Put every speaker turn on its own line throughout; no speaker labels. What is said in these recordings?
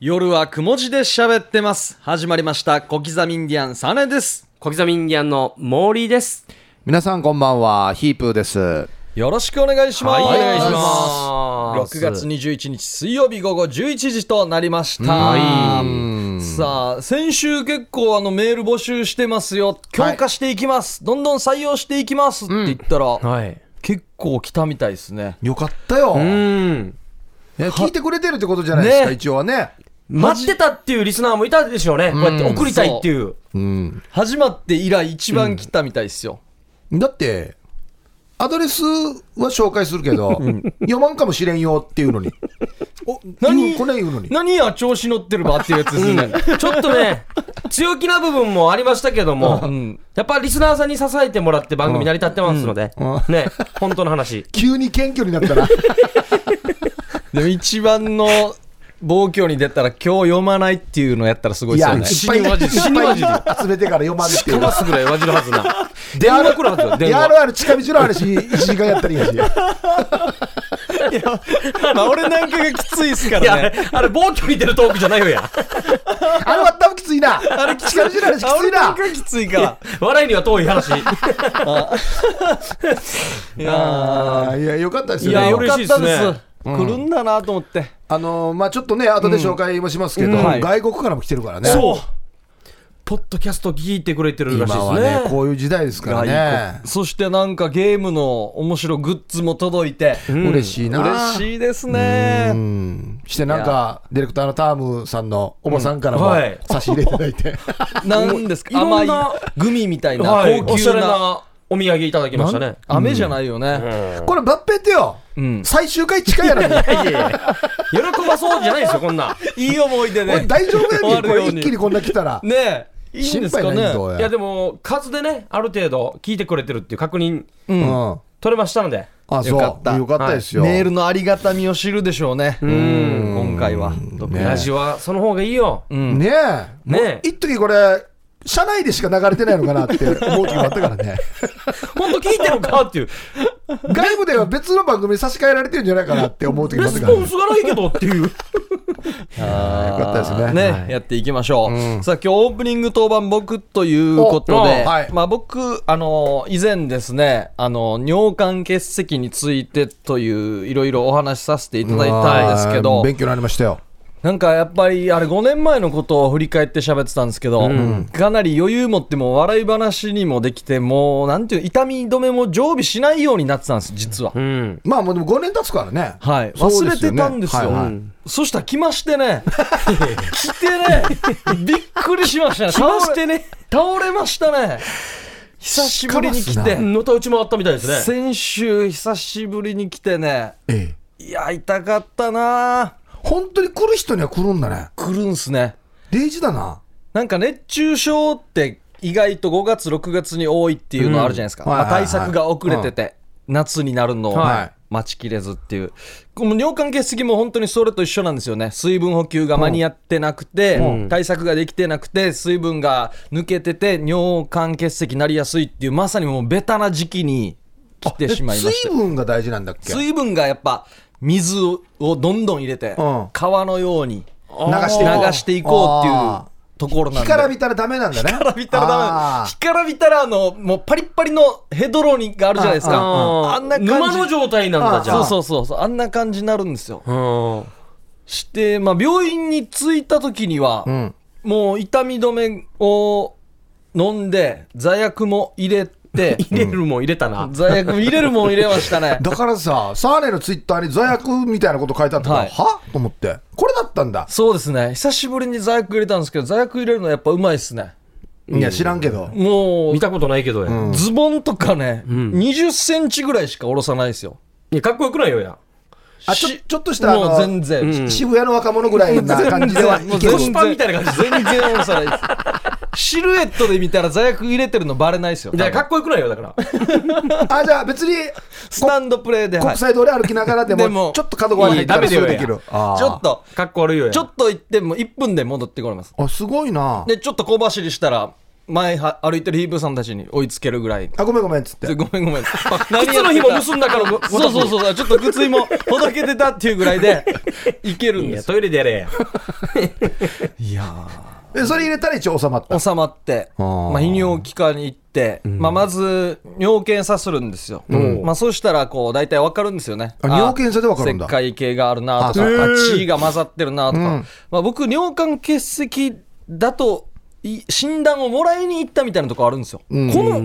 夜はくも字で喋ってます。始まりました。小刻みインディアンサネです。
小刻みインディアンの毛利です。
皆さんこんばんは、ヒープーです。
よろしくお願いします。
はいお願いします
6月21日水曜日午後11時となりました。さあ、先週結構あのメール募集してますよ。強化していきます。どんどん採用していきますって言ったら、
はい。
結構来たみたいですね。
よかったよ。
うん。
ね聞いてくれてるってことじゃないですか、
ね
一応はね。
待ってたっていうリスナーもいたでしょうね。こうやって送りたいっていう。
うん。
始まって以来一番来たみたいですよ。
だって、アドレスは紹介するけど、読まんかもしれんよっていうのに。お、
何
これ言うのに。
何や、調子乗ってるばっていうやつですね。
ちょっと ね、強気な部分もありましたけど
う
も、
ん
やっぱリスナーさんに支えてもらって番組成り立ってますので、ね、本当の話。
急に謙虚になったら、
でも一番の暴挙に出たら今日読まないっていうのやったらすごい
い
ですよ
や、
ね。
いっぱいいっ
死に
ぱ
わ
い
じり死にわ
集めてから読まんってい
か
うの。
ますぐらいわじるはずな。電話来るはずよ、電話。
RR 近道の話、1時間やったりやし。
まあ俺なんかがきついっすか
いや、あ
らね。
れ、あれ、暴挙に出るトークじゃないよや。
あれは多分きついな。あれ、近道の話き
あ
つい
俺なん
な。
かきついから。
笑いには遠い話。
いや
あーいや、よかったです
ー、い
よ
や
ね。
よ
嬉
か
しい
っ
ったす
で
ね
す。来るんだなと思って。
あのーまあちょっとね、後で紹介もしますけど、
うんはい
外国からも来てるからね。
そう。ポッドキャスト聞いてくれてるらしいで
今
すね。
はね、こういう時代ですからね。
そしてなんかゲームの面白いグッズも届いて。
ん
嬉しいな。
嬉しいです
う
ね。
んしてなんか、ディレクターのタームさんのおばさんから
うん
も
はい
差し入れいただ いて、
なんですか
いろ
甘
ん
い
な
グミみたいな
はい、
高
おし
級
ゃれ
な。
なお土産いただきましたね。
飴じゃないよね。
うん
これ、バッペってよ、
うん
最終回近いやろ、ね、
いやいや喜ばそうじ ゃないですよ、こんな。
いい思い出
俺
で。
大丈夫やね
終
ん、こ
わるよ
れ、
うに
一気にこんな来たら、
ねえ。いいん
心
ですか
配ない
ね。
ぞ、お
いや、でも、数でね、ある程度聞いてくれてるっていう確認
うんん、
取れましたので。
あ、
よ
そ
かった
う、よかったですよ、
メールのありがたみを知るでしょうね。今回は。
ね
ラジオはその方がいいよ。
ねえ、
ねえ
もう一時これ、社内でしか流れてないのかなって思う時もあったか らね、
ほんと聞いてるか っていう。
外部では別の番組に差し替えられてるんじゃないかなって思う時も
レ
あった
ス
から
ポン
ね
ス、がないけどっていう。
あー
よかったですねはい
やっていきましょう。
うん
さあ、今日オープニング当番僕ということで、
おはい
まあ僕、あのー、以前ですね、あのー、尿管結石についてという、いろいろお話しさせていただいたんですけ
う
ど
ん、勉強になりましたよ。
なんかやっぱり、あれ5年前のことを振り返って喋ってたんですけど、かなり余裕持ってもう笑い話にもできて、もう、なんていう、痛み止めも常備しないようになってたんです、実は。
うん。
まあもうでも5年経つからね。
はい、
そ
忘
う
れ
すよ
て
ね
たんですよ、
はいはい
そしたら来ましてね来てねびっくりしましたね来
ましてね
倒れましたね久しぶりに来
しかます
て
のたうち回ったみたいですね。
先週久しぶりに来てね
ええ
いや痛かったな
本当に来る人には来るんだね。
来るんすね
デイジだな。
なんか熱中症って意外と5月6月に多いっていうのあるじゃないですか、
うん
まあ
はいはい
対
はい
策が遅れてて、夏になるのを
はい
待ちきれずっていう、この尿管結石も本当にそれと一緒なんですよね水分補給が間に合ってなくて、
うん
対策ができてなくて水分が抜けてて尿管結石になりやすいっていうまさにもうベタな時期に来てしまいました
水分が大事なんだっけ
水分がやっぱ水をどんどん入れて、
うん
川のように
流していこう
流していこうって
あ
いうところなん
干
で
からびたらダメなんだね。
干
干
からびたらダメなの
あ
干からびたらあのもうパリッパリのヘドロにがあるじゃないですかあ
あ
んな感
ー
じ
沼の状態なんだ、じゃ
そう
あ。
そうそうそうあんな感じになるんですよ
うん。
して、まあ、病院に着いた時には、
ーうん。
もう痛み止めを飲んで座薬も入れ て
入れるもん入れたな。
座薬も入れるもん入れましたね
だからさ、サーネのツイッターに座薬みたいなこと書いてあったから、
はい
はと思って。これだったんだ。
そうですね久しぶりに座薬入れたんですけど座薬入れるのやっぱうまいっすね
いや、知らんけど。
もう
見たことないけどや。
ん
ズボンとかね、
ん
20センチぐらいしか下ろさないですよ
いや、かっこよくないよや。
あ、ちょ、ちょっとした、あ
もう
の、
全然、
うん
渋谷の若者ぐらいな感じでは い
もう
け
全然
る
腰パンみたいな感じ。
全然重さないですシルエットで見たら座薬入れてるのバレないですよ
いや、かっこよくないよ、だから。
あ、じゃあ別に、
スタンドプレーで、はいち
国際通り歩きながらで
でも
も、ちょっと角側に入った
い
ら
い
す
ダメだ
ぐ
よ
できる。あー
ょっ。と
かっこ悪いよや。
ちょっと行っても1分で戻ってこれます
あ、すごいな。
でちょっと小走りしたら前は歩いてるヒープーさんたちに追いつけるぐら い。
あ、ごめんごめんっつって。
ごめんごめん。
靴
靴
の紐結んだから、
そうそうそうそう、ちょっと靴もほどけてたっていうぐらいで、いけるん
い
で
や、
す。
トイレでやれや。
いや
でそれ入れたら一応収まった。
収まって、
あー
まあ、泌尿器科に行って、まあ、まず尿検査するんですよ。まあ、そうしたら、こう、大体わかるんですよね。
あ
あ
尿検査でわかるんだ
石灰系があるなとか、
あそう
あ血が混ざってるなとか。
うん
まあ、僕、尿管結石だと、い診断をもらいに行ったみたいなとこあるんですよ。
うん
この、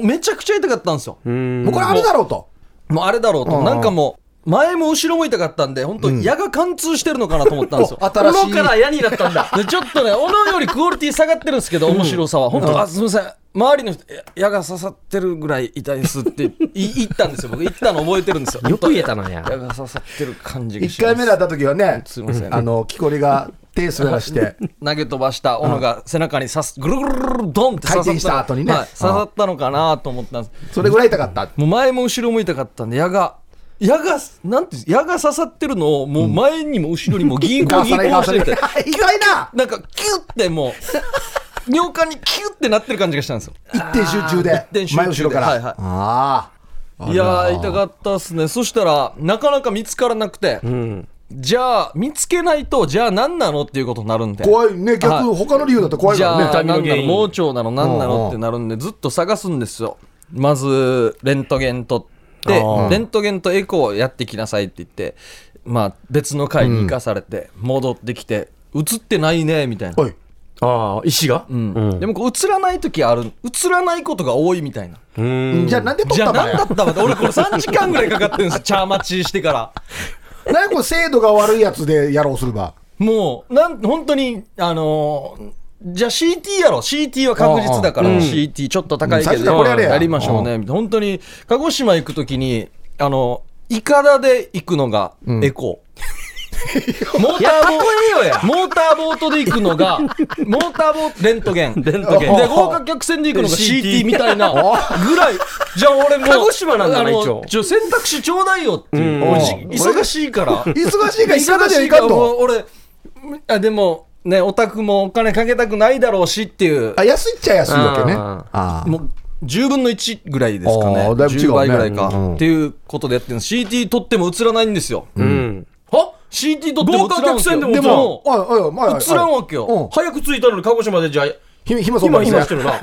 もうめちゃくちゃ痛かったんですよ。
うん
もうこれあれだろうと。
もうあれだろうと、
うん
なんかもう、前も後ろも痛かったんで、本当矢が貫通してるのかなと思ったん ですよ。
新しい。
から矢になったんだ。
でちょっとね、おのよりクオリティ下がってるんですけど、面白さは、本当、あすみません、周りの人、や矢が刺さってるぐらい痛いですってい言ったんですよ、僕、言ったの覚えてるんですよ、
よく言えたなや。
矢が刺さってる感じがし
一
ます
回目だった時はね、
すいません
あの、木こりが手滑 らして、
投げ飛ばした斧が背中に刺す、ぐるぐるぐるドンって刺さったの
回転した後にね
はい刺さったのかなと思ったんです、
それぐらい痛かった。
もう前も後ろも痛かったんで、矢が。矢が、なんていうんです、矢が刺さってるのを、もう前にも後ろにも銀行
ガ
銀
サレ
行
ガ
し
サ
て
レ。
て、
痛いな
なんかキュッてもう、 尿管にキュッてなってる感じがしたんですよ。
一点集中で
一点集中で。
前後ろから。
はいはい
ああ。
いやー、痛かったっすね。そしたら、なかなか見つからなくて、
うん。
じゃあ、見つけないと、じゃあ何なのっていうことになるんで。
怖いね。
はい
逆、他の理由だと怖い
じ
からね。
ゃあ、
痛みの
何な
原
の
因
盲腸なの何な
うんうん
のってなるんで、ずっと探すんですよ。まず、レントゲン取って
う、ん
レントゲンとエコーをやってきなさいって言って、まあ、別の会に行かされて、戻ってきて、映ってないね、みたいな。
おい。
ああ、石がう
うんでもこう映らない時ある映らないことが多いみたいな
うん。
じゃあなんで取っ
じゃ
た
あ
んだ
何だ
よ。
ったの俺これ3時間ぐらいかかってるんですよ茶待ちしてから
なんでこれ精度が悪いやつでやろうすれば。
もうなん本当にあのーじゃあ CT やろ CT は確実だから、
うん
CT ちょっと高いけ
うん最初から
ど
これやれや
りましょうねみたいな本当に鹿児島行く時にあのいかだで行くのがエコー、モーターボートモーターボートで行くのがモーターボートレントゲン
レント ゲン
で豪華客船で行くのが CT
CT
みたいなぐらいじゃあ俺もう
鹿児島なんだな
あの
一応
ちょ選択肢ちょうだいよっていう
うん
おじ忙しいから
忙しいから、いか
忙
だ
し
じゃい
いか
からん
もう
と。
俺あでもねオタクもお金かけたくないだろうしっていう
あ、安いっちゃ安いわけね。
うん
ああ。
もう10分の1ぐらいですかね
あーだいぶ違うね
10倍ぐらいか、
うん
っていうことでやってるの CT 撮っても映らないんですよ、
うん。
は CT 撮っても映らんわけよ
豪華客船でも
で
でも
も、
ああ、まあ、
映らんわけよ、
うん
早く着いたのに鹿児島でじゃあ、
ひ暇そう
今、
ですね
今してるな。
あ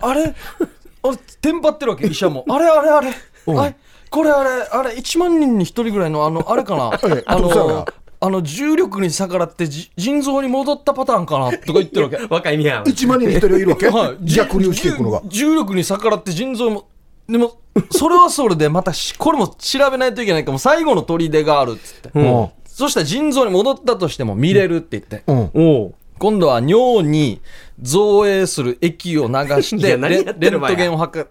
あれ 俺テンパってるわけ医者もあれあれあれ、あれこれあれあれ1万人に1人ぐらいのあのあれかな
え
あ
どうした
の
の
あの重力に逆らってじ腎臓に戻ったパターンかなとか言ってるわけ
若いみやん。
1万人に1人いるわけ、
はい、
じゃあクリアしていくのが
重。重力に逆らって腎臓もでもそれはそれでまたしこれも調べないといけないからもう最後の砦があるっつって、
うん。
う
お
そしたら腎臓に戻ったとしても見れるって言って、
うん。
う。
今度は尿に造影する液を流し
い
て
や
レ
何やって
レ
る
ン
わ
ト
や
ゲンをはか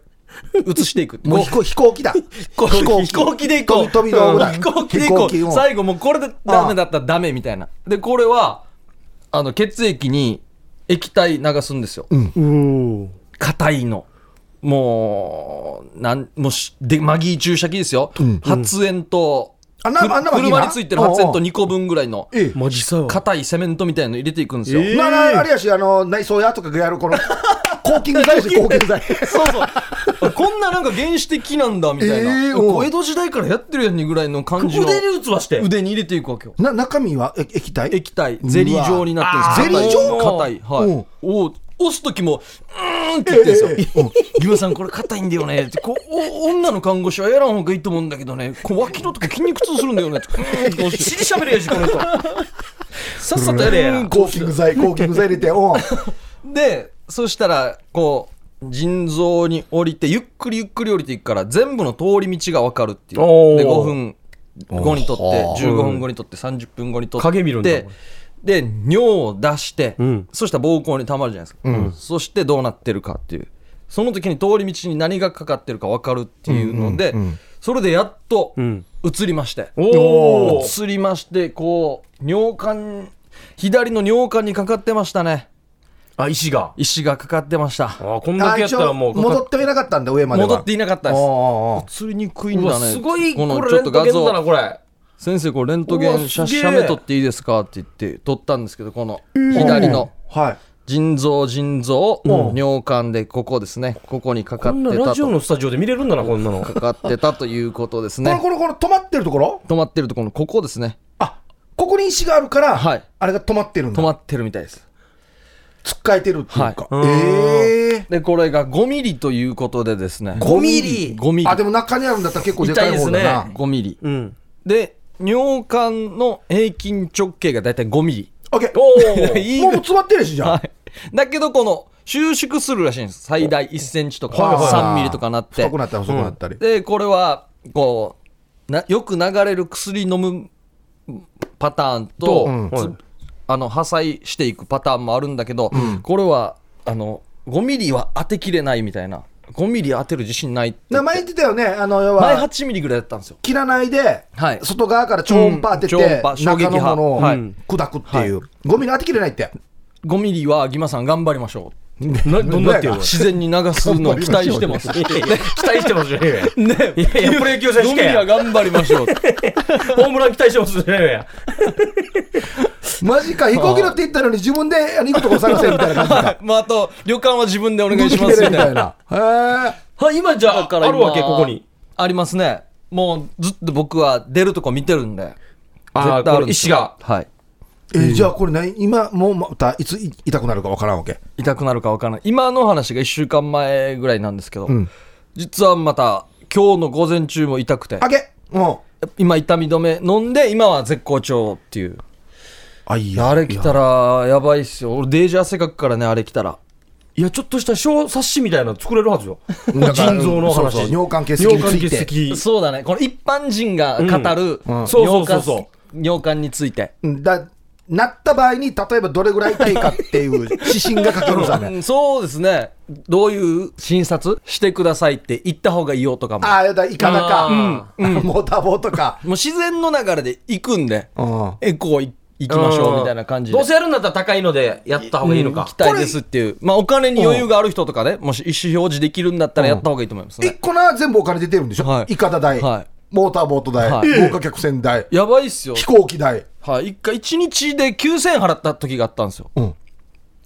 移していく
もう飛行飛行機だ。
こう
飛行機
飛行機で行こう
飛び飛び道具だ
飛行機で行こ
飛行機を
う最後もうこれでダメだったらダメみたいなでこれはあの血液に液体流すんですよ
うん。
硬いの。もう、なん、もうし、で、マギー注射器ですよ。発煙と、
あなあんなマギーな
車についてる発煙と2個分ぐらいの、
え
マジさ。
硬いセメントみたいの入れていくんですよ。
え
え。まあな、あれや し、あの、内装屋とかがやる、こ の、抗菌剤ですよ、抗菌剤。
そうそう。 こんななんか原始的なんだ、みたいな。
えーおう
こう江戸時代からやってるやんにぐらいの感じの
腕に打つわして。
腕に入れていくわけよ。
な、中身はえ液体
液体、ゼリー状になってるんです
うわ
硬い硬い。はい。お押すときも、うーんって言ってるんですよ。ギムさん、これ硬いんだよねって。こう、お女の看護師はやらんほうがいいと思うんだけどね。こう、脇のとこ筋肉痛するんだよねって。うーんって押して
死にしゃべるやし、この人。
さっさとやれや。
抗菌剤、抗菌剤入れて、うん。
で、そしたら、こう、腎臓に降りて、ゆっくりゆっくり降りていくから、全部の通り道がわかるっていう。
おー
で、5分後にとって、
おー
15分後にとって、30分後にとって。
影見るんだ
でで、尿を出して、
うん
そしたら膀胱に溜まるじゃないですか。そしてどうなってるかっていう。その時に通り道に何がかかってるかわかるっていうので、それでやっと
ん
移りまして。
おー
移りまして、こう、尿管、左の尿管にかかってましたね。
あ、石が。
石がかかってました
あ、 こんだけやったらもう、
戻ってはいなかったんだ、上までは。
戻っていなかった
お
で
う
す
おうおう
釣りにくいん
う
だ
わ
ね
すごい、
こ
こ
の
れ、
ちょ
レ
っ
ン
と
ト
画
ゲンだな、
像
これ。
先生これレントゲ
う
ン
わ
写
すげえ
写メ撮っていいですかって言って撮ったんですけどこの左の
はい。
腎臓、腎臓、尿管で、ここですね。ここにかか
こ
っ
んな
て
ラ
た
ジオ
と。
のスタジオで見れるんだな、こんなの。
かかってたということです
この
ね。
このこの止まってるところ
止まってるとこのここですね。
あここに石があるから、
はい
あれが止まってるん
止
だ
まってるみたいです。
つっかえてるっていうか、
はい
ええ
で、これが5ミリということでですね。
5ミリ
5ミリ
あでも中にあるんだったら結構でかい方だ
痛
な
いですね
5ミリ。
うん。
で、尿管の平均直径がだいたい5ミリ。
オッケー
お
いい
もう詰まってるしじゃん、
はい。だけど、この、収縮するらしいんです。最大1センチとか、
はいはいはい
3ミリとかなって
太く。なったり細くなったり、
で、これは、こう、なよく流れる薬飲むパターンと、
うん
つあの、破砕していくパターンもあるんだけど、これは、あの、5ミリは当てきれないみたいな。5ミリ当てる自信ないって言
な
って
前言ってたよねあの要
前
は
8ミリぐらいだったんですよ。
切らないで、
はい
外側から超音波当てて、
うん超音波衝撃
中の
波
ものを
はい
砕くっていう、ゴミの当てきれないって
5ミリは、ギマさん頑張りましょ
な、どんなっていう
う。
の
自然に流すのを期待してます。ね、
いやいや期待してますね。いやいや、プロ野球選手
5ミリは
権。
頑張りましょう。
ホームラン期待してますね。いやいや
マジか飛行機乗って行ったのに自分であの行くとこ探せみたいな感じか
まあ、あと、旅館は自分でお願いしますみたい な。
なへー
はい、今じゃ
だ
あ、
から
あ
今
るわけ、ここに。。
ありますね。もうずっと僕は出るとこ見てるんで。
あー
絶対
こ
あるん
れ
です
石
よ
が。。
はい。
えーじゃあこれ何今もうまたいつい痛くなるかわからんわけ
痛くなるかわからない。今の話が1週間前ぐらいなんですけど、
ん
実はまた今日の午前中も痛くて
あ、げもう
今痛み止め飲んで、今は絶好調っていう。
あいや
あれ来たらやばいっすよ。俺デージ汗かくからね、あれ来たら。
いや、ちょっとした小冊子みたいなの作れるはずよ。
だから
腎臓の
そうそう
話。
尿管結石について
尿管結石
そうだね。この一般人が語る、
うんうん
そうそ
尿
うそ
管
うそう
尿管について。
うんだなった場合に例えばどれぐらい痛いかっていう指針がかかるさ
う
ね
んそうですね。どういう診察してくださいって言った方がいいよとかも。
ああやだ行かなか
あ、
うん、もう多忙とか、
もう自然の流れで行くんで、
うん、
エコーい行きましょうみたいな感じで。
どうせやるんだったら高いのでやった方がいいの
行
か
き。たいですっていう。まあお金に余裕がある人とかね、もし意思表示できるんだったらやった方がいいと思います
一
ね。
個な全部お金出てるんでしょ、
はい
い、イカダ代、
は
モーターボート代、
はい
豪華客船代、
やばいっすよ
飛。行機代、
はい。一回、一日で9000円払った時があったんですよ。
うん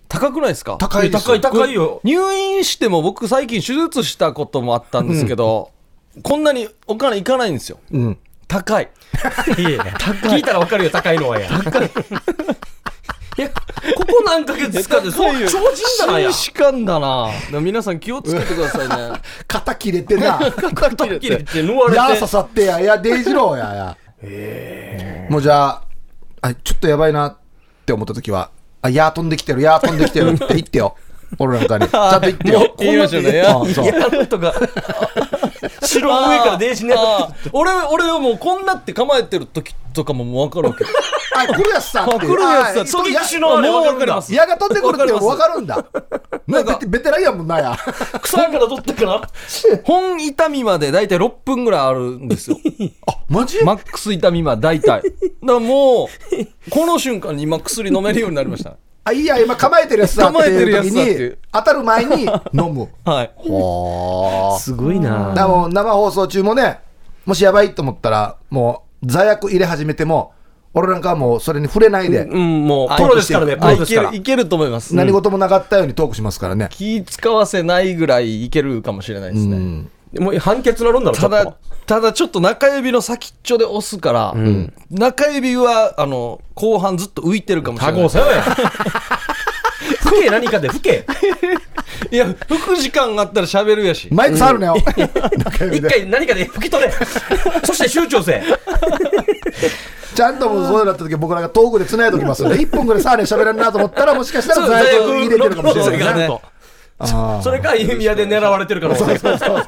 高くないですか
高いです
高い高いよ。
入院しても僕最近手術したこともあったんですけど、こんなにお金いかないんですよ。
うん、
高 い。
いやいや聞いたらわかるよ、高いのはや。いや、ここ何ヶ月かで、そう、超人だなや。
紳士官だな。でも皆さん気をつけてくださいね。
肩切れてな、
肩切れて、縫わ
いや
れ
刺
て。
さってや、いや、デイジローや、い や、もうじゃああ、ちょっとやばいなって思った時は、あ、いや、飛んできてる、いや、飛んできてるって言っ てよ、俺なんかに、ちゃんと言ってよ、
言いましょうね。いや
あそう
やるとか。白上から電子ネタ。
あー俺は、俺はもうこんなって構えてる時とかももう分かる わけ。
あ、来るやつさんって
あ来るやつさん
あ
そ
の一種
も
の
う
あれ
分
分
かり
かり
ま。
ます
いやが飛んでくるって分かるんだ。なん
んか
かベテベテランやもんなや。
草から取ったから。
本痛みまで大体6分ぐらいあるんです よ。
あ、マジ
マックス痛みまで大体。だからもう、この瞬間に今薬飲めるようになりました。
あ、いいや、今構えてるやつだって
構えてる
い
や
う時
つだっていう
に、当たる前に飲 む。
はい。
ほー。
すごいな
だからもう生放送中もね、もしやばいと思ったら、もう罪悪入れ始めても、俺なんかはもうそれに触れないで、
うん、もう、プロですからね、プ
あ
ロ
い
です
け
か
る
ら、。
いけると思います。
何事もなかったようにトークしますからね。
気使わせないぐらいいけるかもしれないですね。
うん。
もう判決なるんだろ、ちょ
た
っと
だ。、ただちょっと中指の先っちょで押すから、中指は、あの、後半ずっと浮いてるかもしれ
多
ない
合。さよや。吹け何か で吹け。
いや、服時間があったら喋るやし。
マイク触る なよ。中指
一
で
回何かで吹き取れ。そして集中せ。
ちゃんともうそういうのなった時は僕なんかトークで繋いでおきますので、1分ぐらいさあね喋らんなと思ったら、もしかしたら罪悪入れてるかもしれない
そう
ね。
ね
あー
それか、弓矢で狙われてるから。そうそうそう。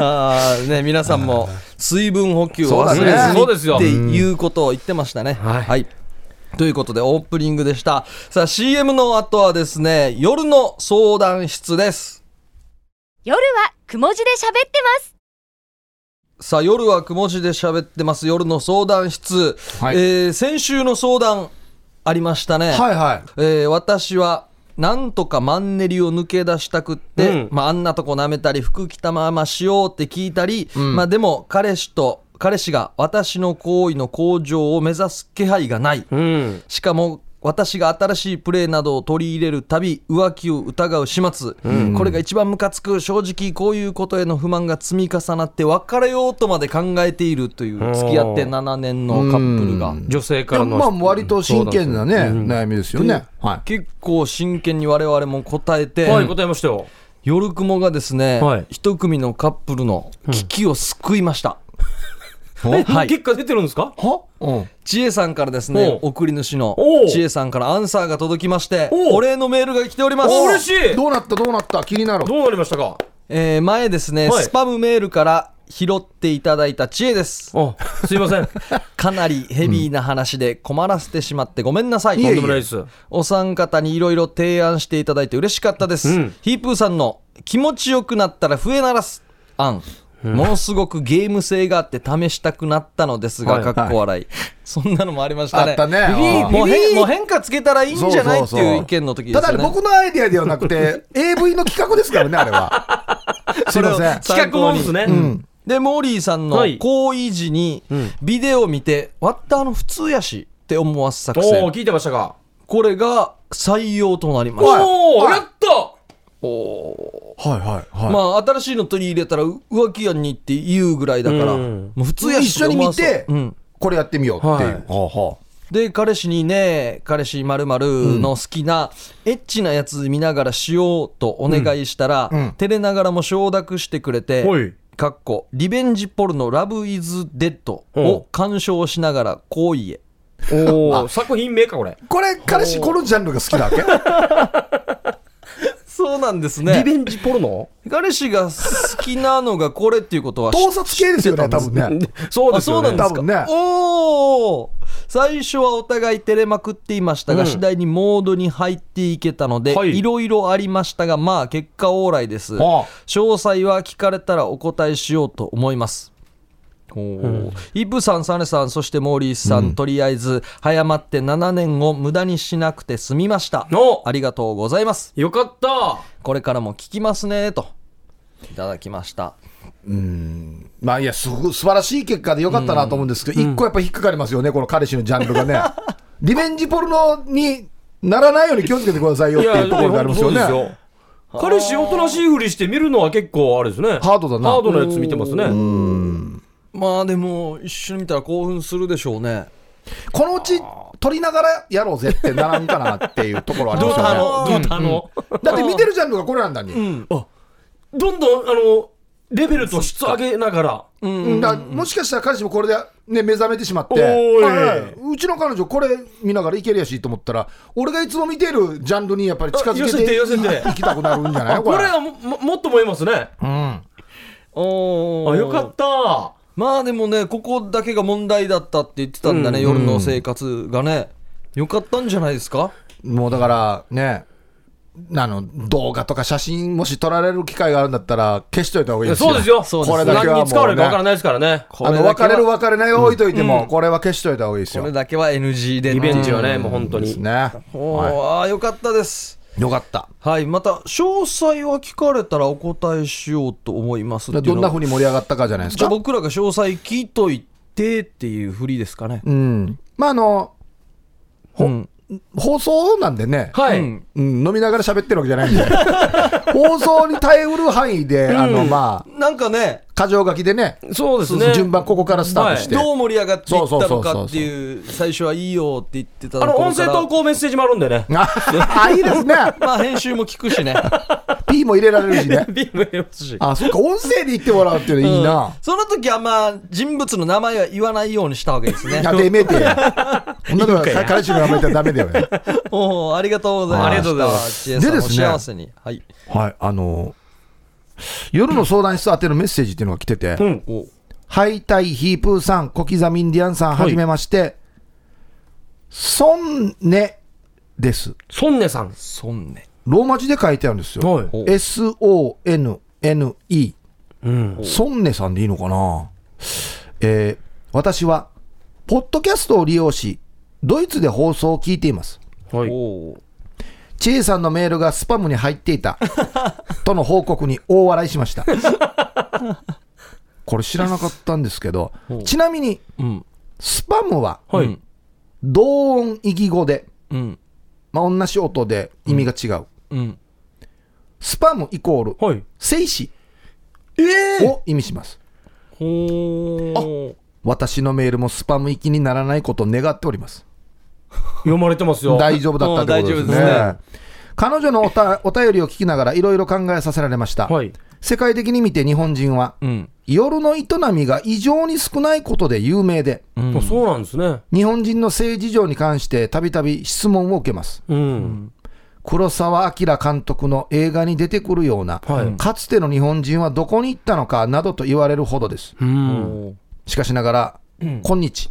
あーね、皆さんも水分補給を忘れず
そうだね
そうです
に
よ
っていうことを言ってましたね。
はい
はい。ということでオープニングでした。さあ CM の後はですね、夜の相談室です。
夜はくも字で喋ってます。
さあ夜はくも字で喋ってます夜の相談室、
はい
えー先週の相談ありましたね、
はいはい。
えー私はなんとかマンネリを抜け出したくって、
うん
まあ、あんなとこ舐めたり服着たまましようって聞いたり、まあ、でも彼氏と彼氏が私の行為の向上を目指す気配がない、
うん。
しかも私が新しいプレーなどを取り入れるたび浮気を疑う始末、これが一番ムカつく正直こういうことへの不満が積み重なって別れようとまで考えているという付き合って7年のカップルが
女性か
で
ら
も
の。
まあ、割と真剣なね、悩みですよね。はい。
結構真剣に我々も答えて、
はい、答えましたよ。
夜雲がですね、
はい
一組のカップルの危機を救いました、
え、
はい
結果出てるんですか
はうん。
知恵さんからですね
お
送り主の
おう
知恵さんからアンサーが届きまして
おう
お礼のメールが来ております
お嬉しい
どうなったどうなった気になる。
どうなりましたか
えー前ですね、
はい
スパムメールから拾っていただいた知恵です
あ、すいません。
かなりヘビーな話で困らせてしまってごめんなさい、
い
と
え
んで
い
も
え
ないです。
お三方にいろいろ提案していただいて嬉しかったです、
うん
ヒープーさんの気持ちよくなったら笛鳴らす案ものすごくゲーム性があって試したくなったのですが、
はい
かっこ笑い、そんなのもありましたね
あったね
ビビもう変もう変化つけたらいいんじゃない
そうそうそう
っていう意見の時です
た
よね
だ、僕のアイディアではなく て、AV の企画ですからね、あれは。すいません。
企画もんですね。
でモーリーさんの
はい
行為時にビデオ見て「割ったあの普通やし」って思わす作
おお
戦
ー、聞いてましたか
これが採用となりました
おお
はい
やった
はいはいはい。
まあ新しいの取り入れたらう浮気やんにって言うぐらいだから
うん
もう普通やし
一緒に見て
って思わすうん、
これやってみようっていう。
はい
ほうほう
で彼氏にね彼氏まるの好きなエッチなやつ見ながらしようとお願いしたら、
うん
照れながらも承諾してくれて
ほい
かっこリベンジポルノラブイズデッドを鑑賞しながら行為へ
おお作品名か、これ。
これ、彼氏このジャンルが好きな わけ
そうなんです
リ
ね
ベンジポルノ
彼氏が好きなのがこれっていうこと は知っ
盗撮系ですよね、多分ね。
そうで
あ
す
そ
よ
うな
ね。
んですか、
多分ね
おお最初はお互い照れまくっていましたが、
うん
次第にモードに入っていけたので、、
はいい
ろいろありましたがまあ結果オーライです、
はあ
詳細は聞かれたらお答えしようと思いますおーイブさん、サネさん、そしてモーリーさん、とりあえず早まって7年を無駄にしなくて済みました。
お
ありがとうございます。
よかった
これからも聞きますね、と。いただきました。
まあいや、すごい素晴らしい結果でよかったなと思うんですけど、一個やっぱ引っかかりますよね、この彼氏のジャン ルがね。リベンジポルノにならないように気をつけてくださいよっていうところがありますよね。
いやそうですよ彼氏おとなしいふりして見るのは結構あれですね。
ハードだな
ハードなやつ見てますね。
まあでも一緒に見たら興奮するでしょうね
このうち取りながらやろうぜってならんかなっていうところあり
ド
ま
ー
す
タ
よね。
の、ドータの。
だって見てるジャンルがこれなんだに。
どんどん、あの、レベルと質上げながら。
うんだからもしかしたら彼氏もこれで、ね、目覚めてしまって、
おーい
あれうちの彼女これ見ながらいけるやしと思ったら俺がいつも見てるジャンルにやっぱり近づけて
あ寄せて寄せて
行きたくなるんじゃない
こ
これ
れはもももっと燃えますね。あ、
お
よかった。
まあでもねここだけが問題だったって言ってたんだね、夜の生活がねよかったんじゃないですか
もうだからねあの動画とか写真もし撮られる機会があるんだったら消しといた方がいいですよ
そうですよ。
そうです
これだけはも
何
う、ね、
に使われるかわからないですからね。
こ
あの
だけ
別
は
れる別れないを置いといても、これは消しといた方がいいです
こ
よ
れだけは NG で
リベンジは
ね
ね、もう本当
です
に。
ね、
お
は
ーあーよかったです
いよかった
はいまた詳細は聞かれたらお答えしようと思いますっていうの
どんなふうに盛り上がったかじゃないです
じゃあ
か
僕らが詳細聞いといてっていうふりですかね
うんまああの
うん、
放送なんでね、
は
う
い。
ん
うん、飲みながら喋ってるわけじゃないんで 放送に耐えうる範囲で、あのまあ
なんかね
箇条書きでね
そうです
そう
ね。
順番ここからスタートして、
どう盛り上がっていっ
そう
た
そ
の
うそうそう
かっていう最初はいいよって言ってた
あの、
とこ
音
ろか
声
ら
投稿メッセージもあるんで ね。
あいいですね
まあ編集も聞くしね
P も入れられるしね
ビーム入れますし。
あそっか音声で言ってもらうっていうのいいな、
その時はまあ人物の名前は言わないようにしたわけです ね
やべえめえてそんなのは彼氏の名前じゃダメだよね
おおありがとうございました
ありがとうございます
知恵さん
で
お
ですね
幸せに、はい
はいあの夜の相談室宛てのメッセージっていうのが来てて、
うん。
お
ハイタイヒープーさん、小刻みインディアンさん、
はい
はじめまして。ソンネです。
ソンネさん。
そんね
ローマ字で書いてあるんですよ。
はい
S-O-N-N-E。
うん。
ソンネさんでいいのかなえー私は、ポッドキャストを利用し、ドイツで放送を聞いています。
はい。
お
チェイさんのメールがスパムに入って いたとの報告に大笑いしましたこれ知らなかったんですけどちなみに
うん
スパムは
はい。
うん
同音異義語で
うん。
まあ、同じ音で意味が違う。
うん。
スパムイコール、
はい。
生死
ええ
を意味します。
ほー。
私のメールもスパム行きにならないことを願っております。
読まれてますよ。
大丈夫だったってことです
うん大
ね。
丈夫
彼女のおたお便りを聞きながらいろいろ考えさせられました。
はい。
世界的に見て日本人は、
うん。
夜の営みが異常に少ないことで有名で、
うん
あそうなんですね。
日本人の性事情に関してたびたび質問を受けます。
うん。
黒澤明監督の映画に出てくるような、
はい
かつての日本人はどこに行ったのかなどと言われるほどです。
うん。
しかしながら、今日、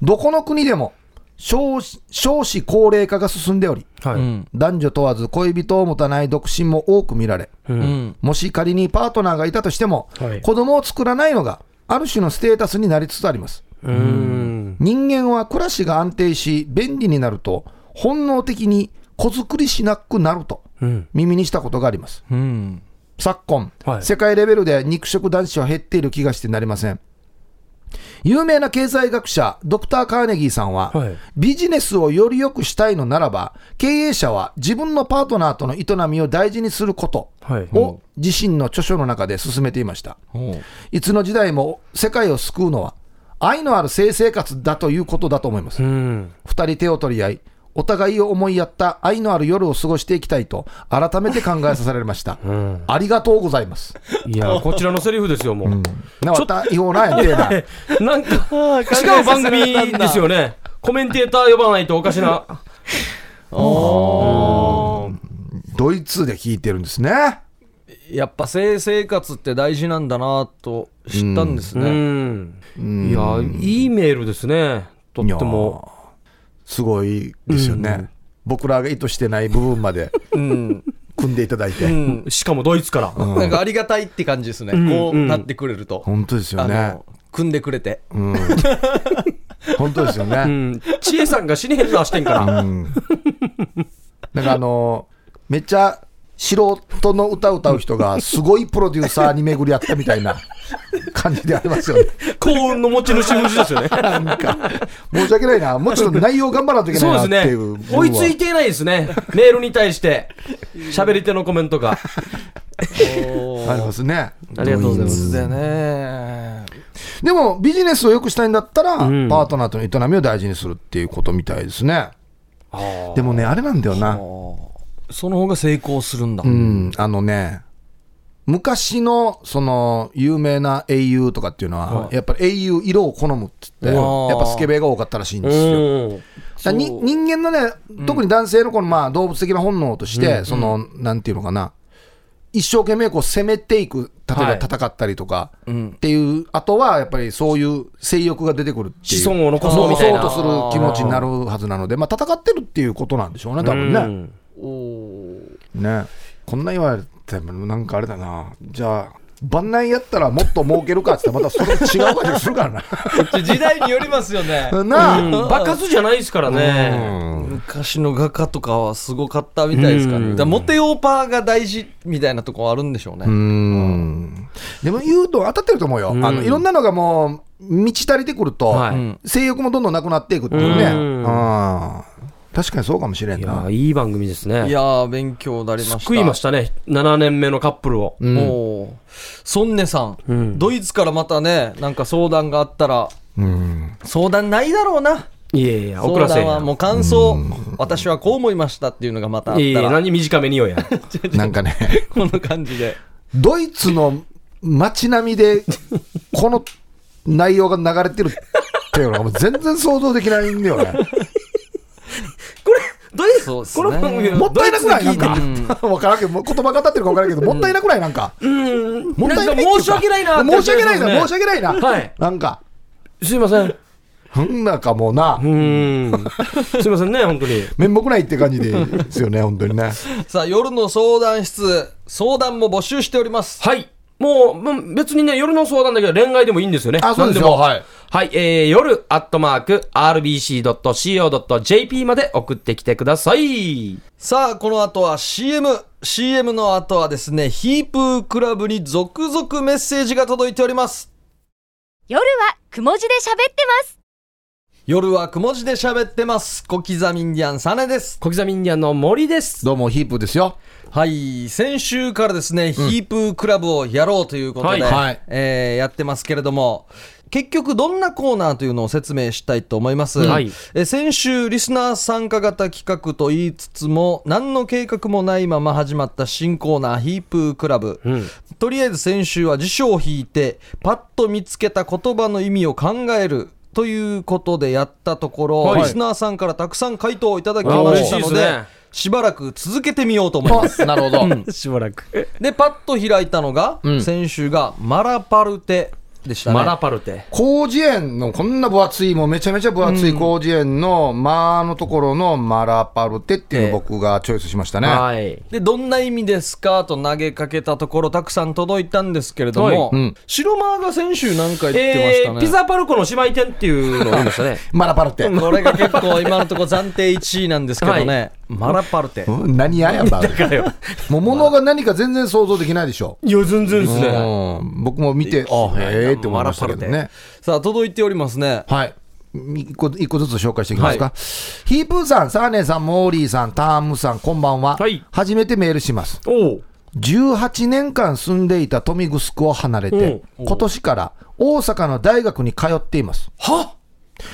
どこの国でも少子少子高齢化が進んでおり、
う
はい。
ん。
男女問わず恋人を持たない独身も多く見られ、
う。
うんん。
もし仮にパートナーがいたとしても、
はい
子供を作らないのが、ある種のステータスになりつつあります。
うん。
人間は暮らしが安定し、便利になると、本能的に子作りしなくなると、
うん。
耳にしたことがあります。
うん。
昨今、
はい
世界レベルで肉食男子は減っている気がしてなりません有名な経済学者ドクター・カーネギーさんは、
はい
ビジネスをより良くしたいのならば経営者は自分のパートナーとの営みを大事にすること
はい。
を自身の著書の中で進めていました
ほう
いつの時代も世界を救うのは愛のある性生活だということだと思います
うん。
二人手を取り合い、お互いを思いやった愛のある夜を過ごしていきたいと、改めて考えさせられました。ありがとうございます。
いや、こちらのセリフですよ、もう。
なまた違法なんやねえな。
なんか、
あー考え
違
さ
う番
せられたん
組
だ
ですよね。コメンテーター呼ばないとおかしな。
あー
ドイツで聞いてるんですね。
やっぱ性生活って大事なんだなと知ったんです
う
ね。
ん。いや、いいメールですね。とっても。
いやー。すごいですよね。僕らが意図してない部分まで
うん。
組んでいただいて。
うん。
しかもドイツから。
なんかありがたいって感じですね。
ん
こう
うん
なってくれると。
本当ですよ
あ
ね。
の、組んでくれて。
うん、本当ですよ
う
ね。
ん。知恵さんが死にへんのしてんから。
うん、なんかあのーめっちゃ素人の歌歌う人がすごいプロデューサーに巡り合ったみたいな感じでありますよね。
幸運の持ち主主ですよ ね。
なんか、申し訳ないな。もうちょっと内容頑張らなきゃいけ
そ
な
う
い
で
な
す
って
ね
いう部分。は。
追いついていないですね。メールに対して。喋り手のコメントが。
ありますね。
ありがとうございます。
でね。
でも、ビジネスを良くしたいんだったら、
ん
パートナーとの営みを大事にするっていうことみたいですね。でもね、あれなんだよな。
その方が成功するんだ。
うん、あのね、昔のその有名な英雄とかっていうのは、やっぱり英雄、色を好むって言っ
う
て、
わー
やっぱスケベが多かったらしいんですよ。
うん。
だからに人間のね、特に男性のこの、まあ、動物的な本能として、その、なんていうのかな、一生懸命こう攻めていく、例えば
はい
戦ったりとか、
ん
っていう、あとはやっぱりそういう性欲が出てくるっていう。
子孫を残そう
残
みたい
そう
な。
とする気持ちになるはずなので、まあ、戦ってるっていうことなんでしょうね、多分ね。
うん
ねこんな言われてもなんかあれだなじゃあ万内やったらもっと儲け るかっつってまたそれ違う感じするから
時代によりますよね。
ななあ、
うん爆発じゃないですからね。
昔の画家とかはすごかったみたいですからね。だからモテオーパーが大事みたいなとこあるんでしょうね。
うんでも言うと当たってると思うよ、あのいろんなのがもう満ち足りてくると、
はい
うん
性欲もどんどんなくなっていくっていうね
うん
うん確かにそうかもしれん
いや
な
ー、いい番組ですね。
いやー、勉強になりました。
救いましたね。7年目のカップルを。
うん
おーソンネさん,、
ん
ドイツからまたね、なんか相談があったら、
うん
相談ないだろうな。
いやいや、遅
相
らせん
談
や
はもう感想、私はこう思いましたっていうのがまたあっ
いや
た
いや、
ら、
何短めに言おうや。
なんかね
この感じで。
ドイツの街並みで、この内容が流れてるっていうのがもう全然想像できないんだよね。
これ、ドイツ、
そうっすね
この番組
もったいなくない
ド
な
イ
ん
ツで聞いて
か。分からんけど、もう言葉が立ってるか分からんけど、もったいなくないなんか。
うん、
もったいないって
ん
い
か
うか
申し訳ないなって
申し訳ないな、申し
訳
訳ないな。
はい
なんか、
すいません。
なんかもうな
う、ーん。すいませんね、本当に。
面目ないって感じですよね、本当にね。
さあ、夜の相談室、相談も募集しております。
はい。もううん、別にね、夜の相談だけど恋愛でもいいんですよね。
あそうですよ
何も
はい。
はい、えー、夜、アットマーク、rbc.co.jp まで送ってきてください。
さあ、この後は CM。CM の後はですね、ヒープークラブに続々メッセージが届いております。
夜はくも字で喋ってます
夜はくも字で喋ってます。小刻みインディアンサネです。
小刻みインディアンの森です。
どうも、ヒープですよ。
はい、先週からですね、ヒープークラブをやろうということで、
はい
はい
えーやってますけれども、結局どんなコーナーというのを説明したいと思います。
はい
えー先週、リスナー参加型企画と言いつつも、何の計画もないまま始まった新コーナー、ヒープークラブ。とりあえず先週は辞書を引いて、パッと見つけた言葉の意味を考える。ということでやったところ、
はい
リスナーさんからたくさん回答をいただきました
あ嬉し
の
い
で
ですね
しばらく続けてみようと思います。
なるほど。
しばらく。
で、パッと開いたのが、
ん
先週がマラパルテでしたね。
マラパルテ。
広辞苑の、こんな分厚い、もうめちゃめちゃ分厚い広辞苑の、まあのところのマラパルテっていうのを僕がチョイスしましたね。
はい。
で、どんな意味ですかと投げかけたところ、たくさん届いたんですけれども、
はいうん
白マーが先週何回言ってまし
え
たね。
ー、ピザパルコの姉妹店っていうのがありましたね。
マラパルテ。
これが結構今のところ暫定1位なんですけどね、
は
マラパルテ。
うん何ややばい。
だよ。
もう物が何か全然想像できないでしょ。
いや、全然ですね。
うん僕も見て、あ、へえって思いましたけどね。
さあ、届いておりますね。
はい。一個一個ずつ紹介していきますか、ヒープーさん、サーネーさん、モーリーさん、タームさん、こんばんは、
はい
初めてメールします。
おう。
18年間住んでいた豊見城を離れて、今年から大阪の大学に通っています。
は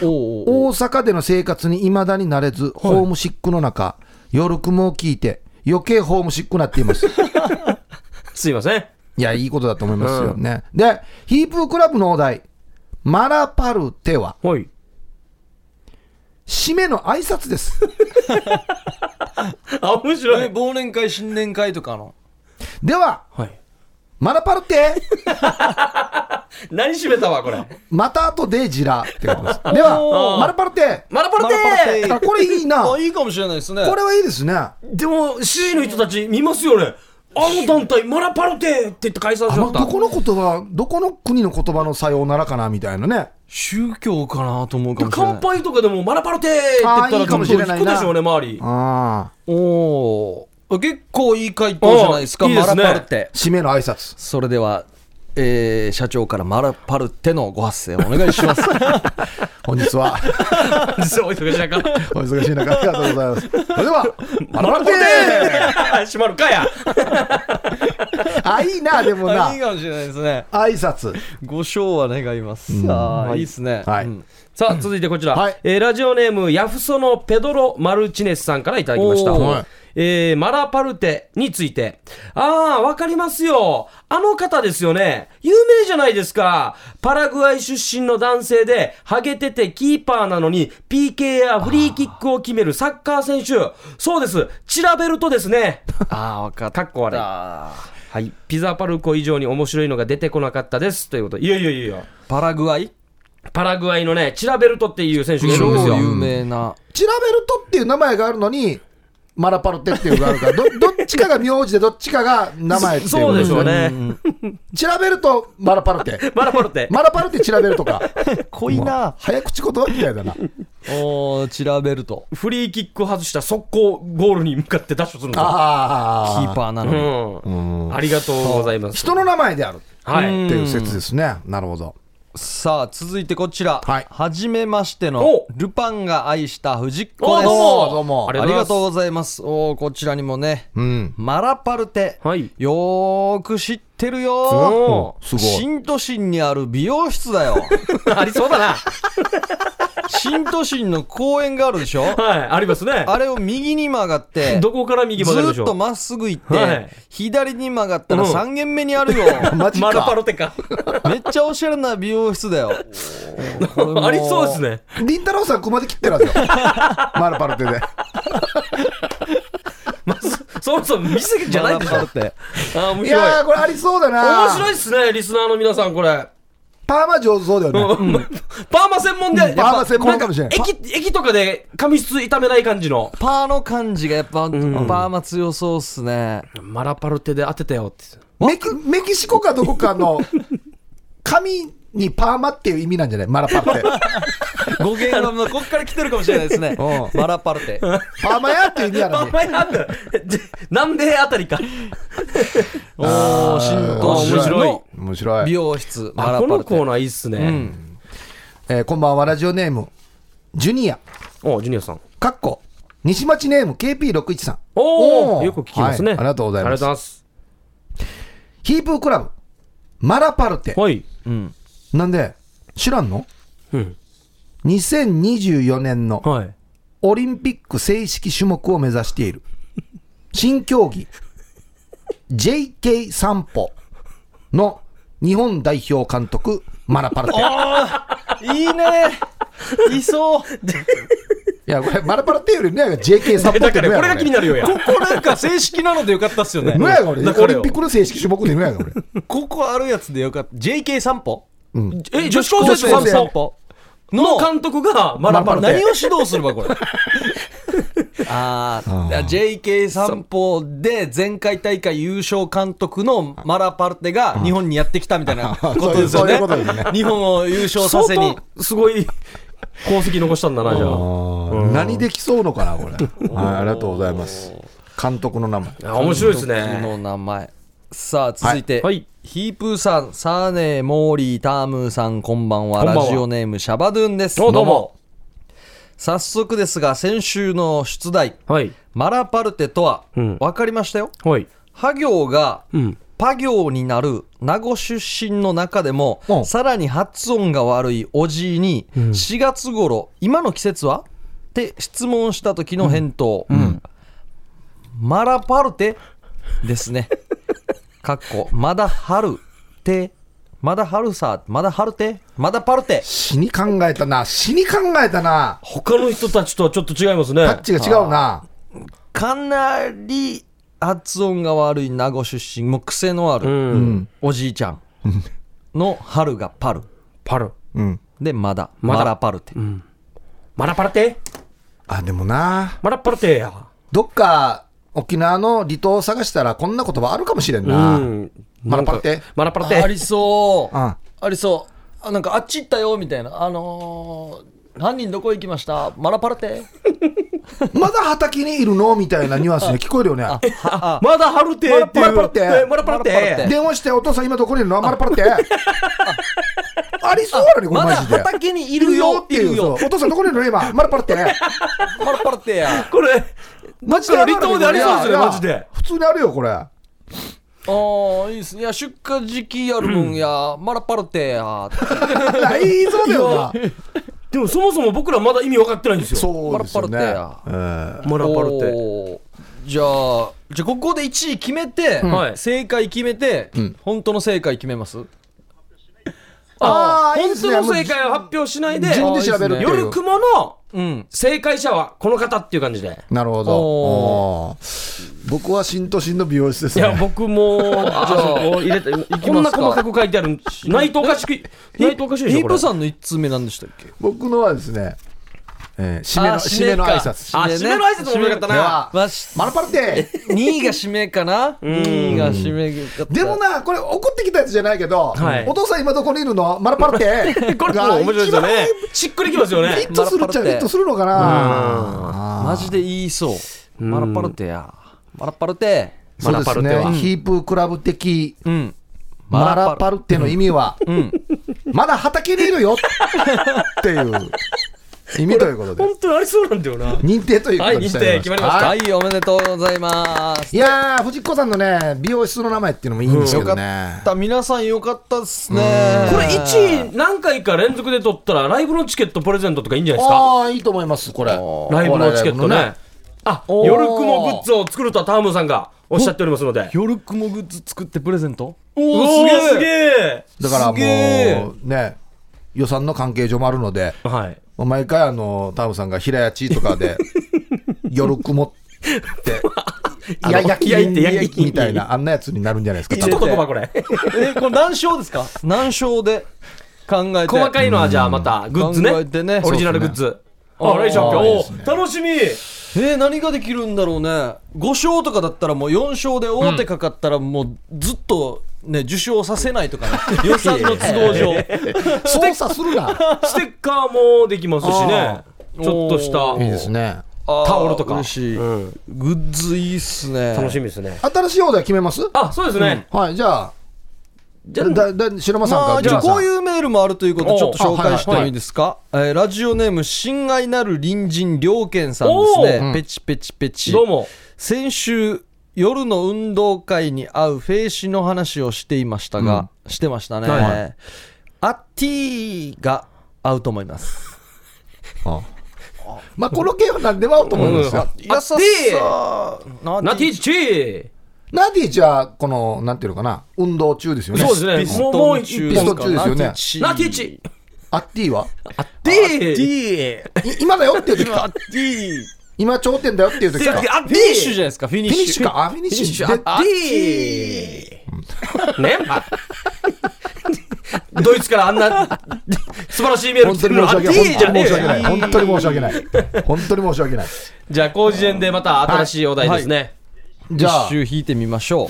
おうおう
大阪での生活に未だになれず、ホームシックの中、夜雲を聞いて、余計ホームシックになっています。
すいません。
いや、いいことだと思いますよね。で、ヒープークラブのお題、マラパルテは、
はい。
締めの挨拶です。
あ、面白
え
い。
忘年会、新年会とかの。
では、
はい。
マラパルテ
何締めたわ、これ。
また後でジラってことです。では、マラパルテ
マラパル
マラパル
テ
テ
あこれいいな。
あ、
こ
いいかもしれないですね。
れはいいですね。
でも、C の人たち見ますよね。あの団体、マラパルテって言って解散し
あ
ちゃ
の
った。
どこの言葉、どこの国の言葉のさようならかなみたいなね。
宗教かなと思うかもしれない。
乾杯とかでもマラパルテって言
あ
っ
ー
た
い
ら
いかもしれないな
ちょっと引くでしょうね、周り。
ああ、
おお結構いい回答じゃないですか
おーいいですね
マラパルテ
締めの挨拶。
それでは、えー社長からマラパルテのご発声をお願いします
本日は、
そう、お忙しい中。
お忙しい中、ありがとうございます。それでは、マラパルテ
閉まるかや。
あ、いいな、でもな
あいい。かもしれないですね
挨拶。
ご賞は願いますさあ、い、いですね
はい
うん
さあ、続いてこちら。
はい
えーラジオネーム、ヤフソのペドロ・マルチネスさんからいただきました。
おー
はい
えーマラパルテについて。ああ、わかりますよ。あの方ですよね。有名じゃないですか。パラグアイ出身の男性で、ハゲててキーパーなのに、PK やフリーキックを決めるサッカー選手。そうです。チラベルトですね。
ああ分かっ
かっこ悪い。
た
はい。ピザパルコ以上に面白いのが出てこなかったです。ということ。いやいやいやいや。
パラグアイ
パラグアイのね、チラベルトっていう選手がいるん
超
ですよ。
有名な
チラベルトっていう名前があるのに、マラパルテっていうのがあるから、どどっちかが名字でどっちかが名前っていう
そうでしょう。ね。
チラベルト、マラパルテ。
マラパルテ。
マラパルテチラベルトか。
濃いな
早口言葉みたいだな。
おーチラベルト
フリーキック外した速攻ゴールに向かってダッシュするんですよ。
キ
ああ。
ーパーなのに、
うん。ありがとうございます。
人の名前であるっ
は
う
い。
ん
ていう説ですね。なるほど。
さあ続いてこちら
はい
じめましての
お
ルパンが愛した藤子
お
です
どうも
どうも。
あ
ありがとうございます。おーこちらにもね、
うん。
マラパルテ、
はい
よーく知ってるよ
お
すごい。
新都心にある美容室 だよ。
ーありそうだな。
新都心の公園があるでしょ
はい。ありますね。
あれを右に曲がって、
どこから右
ず
曲がるでし
ーっ
ょ
と
う。
まっすぐ行って、
はい
左に曲がったら
うん
3軒目にある よ。
マジ
マラパ
か。
ルテか。
めっちゃおしゃれな美容室だよ。これも
ありそうです。ね。
りんたろうさんここまで切ってる はずよ。マラパルテで。
まあそそもそも店じゃないでしょ。
マ
あ
ラパルテ
ー面
いや
白
ー、
い。
これありそうだな。
面白いっすね、リスナーの皆さん、これ。
パーマ上手そうだよね。
パーマ専門で、やっぱ
パーマ専門かもしれない
んか駅、駅とかで髪質痛めない感じの。
パーの感じがやっぱ、パーマ強そうっすね。
マラパルテで当てたよって。
メキメキシコかどこかの紙にパーマっていう意味なんじゃないマラパルテ。
語源 はまあこっから来てるかもしれない ですね。マラパルテ。
パーマやっていう意味や
あ
の
ん
に。
まりなんだ。じ南米あたりか。
おー、新
面
東市
白い
の
面白
美
い。
容室、マ
あ
ラ
こ
パ
の
ル
コー
テ。
ナーいいっすね。
えーこんばんは、ラジオネーム。ジュニア、
おジュニアさん。
かっこ、西町ネーム KP61 さん。
お
お
お
ー
よく聞きますね、
はいありがとうございます
ありがとうございます。
ヒープークラブ、マラパルテ。
はい。
うん。
なんで、知らんの
うん。
?2024 年の
はい。
オリンピック正式種目を目指している。新競技、JK 散歩の日本代表監督、マラパルテ。
いい ねいそう
いや、これ、マラパルテよりね、JK 散歩
だ
っ
から
ての
これが
やろ
気になるよや。
ここなんか正式なのでよかったっすよね。
のやが俺、
だか
オ
ら
リ
よ
ンピックの正式種目でのやが俺。
ここあるやつでよかった。JK 散歩
え、女子高生
女子高
の
生
散歩
歩
の
の
監督がマラパル
何を
テ。
指導すれば これ。ああ、JK 散歩で前回大会優勝監督のマラパルテが日本にやってきたみたいなことですよ
そうい
ね
うことですね。
日本を優勝さ
相
せに。
当すごい功績残したんだな、じゃあ。
うん何できそうのかな、これ。はい、ありがとうございます。監督の名前。
あ面白いです
監督
ね。
の名前。さあ、続いて、
はいはい
ヒープーさん、サーネー、モーリー、タームーさん、こんばんは。
こんばんは
ラジオネーム、シャバドゥンです。
おどうも。
早速ですが、先週の出題、
はい。
マラパルテとは、
うん
分かりましたよ。
はい。
ハ行が、
うん。
パ行になる名護出身の中でも、
うん
さらに発音が悪いおじいに、4月頃今の季節はって質問した時の返答、マラパルテです ねかっこまだ春てまだ春さまだ春てまだパルテ
死に考えたな、死に考えたな。
他の人たちとはちょっと違いますね。
タッチが違うな。
かなり発音が悪い名護出身もう癖のあ
う
る
ん。
おじいちゃんの春がパル
パル。
うん。
でまだ
まだ
マラパルテ
マラパルテ
あ、でもな、
マラパルテや。
どっか沖縄の離島を探したらこんな言葉あるかもしれん
う
な。うん。
ん。
マラパルテ
マラパル
あ
テ。
りそう、
うん
ありそうあなんかあっち行ったよみたいなあのー犯人どこ行きましたマラパルテ
まだ畑にいるのみたいなニュアンスに聞こえるよね。
あ
まだハルテっていう。
マラパルテ
えマラパ
マラパ
ル
ル
テ
テ。
電話して、お父さん今どこにいるのマラパルテ。ありそうだね、これ
ま
マ
だ
ジで。
畑にい
い
るよい
い
る
うそうお
よ
父さんどこにいるの今、マラパルテ。
マラパルテや
これ、
マジ
どっかの離島でありそうですよね
いやいや
マジで
普通にあるよ、こ れ。
おーいいっすいや出荷時期やるもんやマラパルテや
ないそうだよな。
でもそもそも僕らまだ意味分かってないんですよ。
そうですよね。
マラパ
うん
マラパルテ。
おーじゃあじゃあここで1位決めて、
はい
正解決めて、
ん
本当の正解決めます
ああ、いいで
本
す
当
ね。
の正解を発表しないで、
順で調べるっていう
夜雲の
うん
正解者はこの方っていう感じで。
なるほど。おー僕は新都心の美容室です
いや、
ね。
僕も、あそこ入れて、こんな細かく書いてある、ないとおかしく、ないとおかしいでしょ、
ヒー
こ
プ
れ。
さんの1通目なんでしたっけ
僕のはですね、えー締めの
あ
締めの挨拶。
あ締めの挨拶面白かったな
ではまあ
マラパルテ
2位が締めかな2位が締めかった
でもな、これ怒ってきたやつじゃないけど、
はい
お父さん今どこにいるのマラパルテ
これもう面白いですよね。しっくりきますよ
が一番ヒ
ね。
ットするっち
マラパ
ゃ
ル
ヒ
テ
ットするのかな
マジで言いそうマラパルテやマラパルテ
そうで
マラパ
す
ルテ
ね
は。
ヒープークラブ的
うん
マラパルテの意味は、 まだ畑にいるよっていう意味ということで、
本当にありそうなんだよな。
認定ということにして
はい認定決まりました
は
はいいおめでとうございます
いやー、藤子さんのね、美容室の名前っていうのもいいんですけどね。
皆さんよかったっすね
これ1位何回か連続で取ったら、ライブのチケットプレゼントとかいいんじゃないですか
ああ、いいと思います、これ。
ライブのチケット
ライ
ね。あ、
おー
夜雲グッズを作るとはタームさんがおっしゃっておりますので。
夜雲グッズ作ってプレゼント
お
おーすげえ
え
ブのね。だから
すげえ
もう、ね、予算の関係上もあるので、
はい。
もう毎回、あの、タムさんが平屋地とかで、 夜雲って、 いや、
あの
焼き
焼いて
印、
焼
焼
き
き
印
みたいな、あんなやつになるんじゃないですか、多
一
分
言葉これ。
えこれ何勝ですか何勝で考えて
細かいのはじゃあまたグッズね
考えてね
オリジナルグッズ、
そう
あ
ですね
来週発
あーいいで
表
すね
お楽しみ
えー、何ができるんだろうね5勝とかだったらもう4勝で大手かかったらもうずっとね受賞させないとかね 予算の都合上
操作するな。
ステッカーもできますしね
ー
ちょっとした
おー
いいですね。
あー
タオルとか
嬉しい、
うん
グッズいいっすね
楽しみですね
新しいお題決めます
あそうですね、
はい、じゃあ、
じゃあ
だだ白間さん
ま
か
あ、じゃあ
内間
こ
さ
うんいうメールもあるということ
お
を
う
ちょっと紹介して
あ
も
はいはい
いですか、えーラジオネーム親愛なる隣人良健さんです
お
ね
う
ペチペチペチ
どうも。
先週夜の運動会に会うフェイシの話をしていましたが、してましたね、
はいは
アッティーが合うと思います
まあこの件は何でも合うと思うんですよ、
優
ア
しさ
ッティ
ナ
ナティッチ
ナディちはこのなんていうのかな運動中ですよね
そうですね。もう、もう一
ピスト
本
ン中ですよね
ナティッチ
アッティは
ディー
ィー
い今だよっていう時
ア
か
ッティー
今頂点だよっていう時
ディ
かフ
ー
フィニッシュじゃないですかフィニ
ィ
ッ
ニッ
シ
シ
ュ
ュかあフィニッシュで
アッティーねまあ ドイツからあんな素晴らしいメール
本
来
当
てるのアッ
に申し訳
テ
ない。
ィーじゃねえよ
本当に申し訳ない。本当に申し訳ない。本当に申し訳ない。
じゃあ工事園でまた新しいお題ですね
じゃ
一
あ、
周引いてみましょ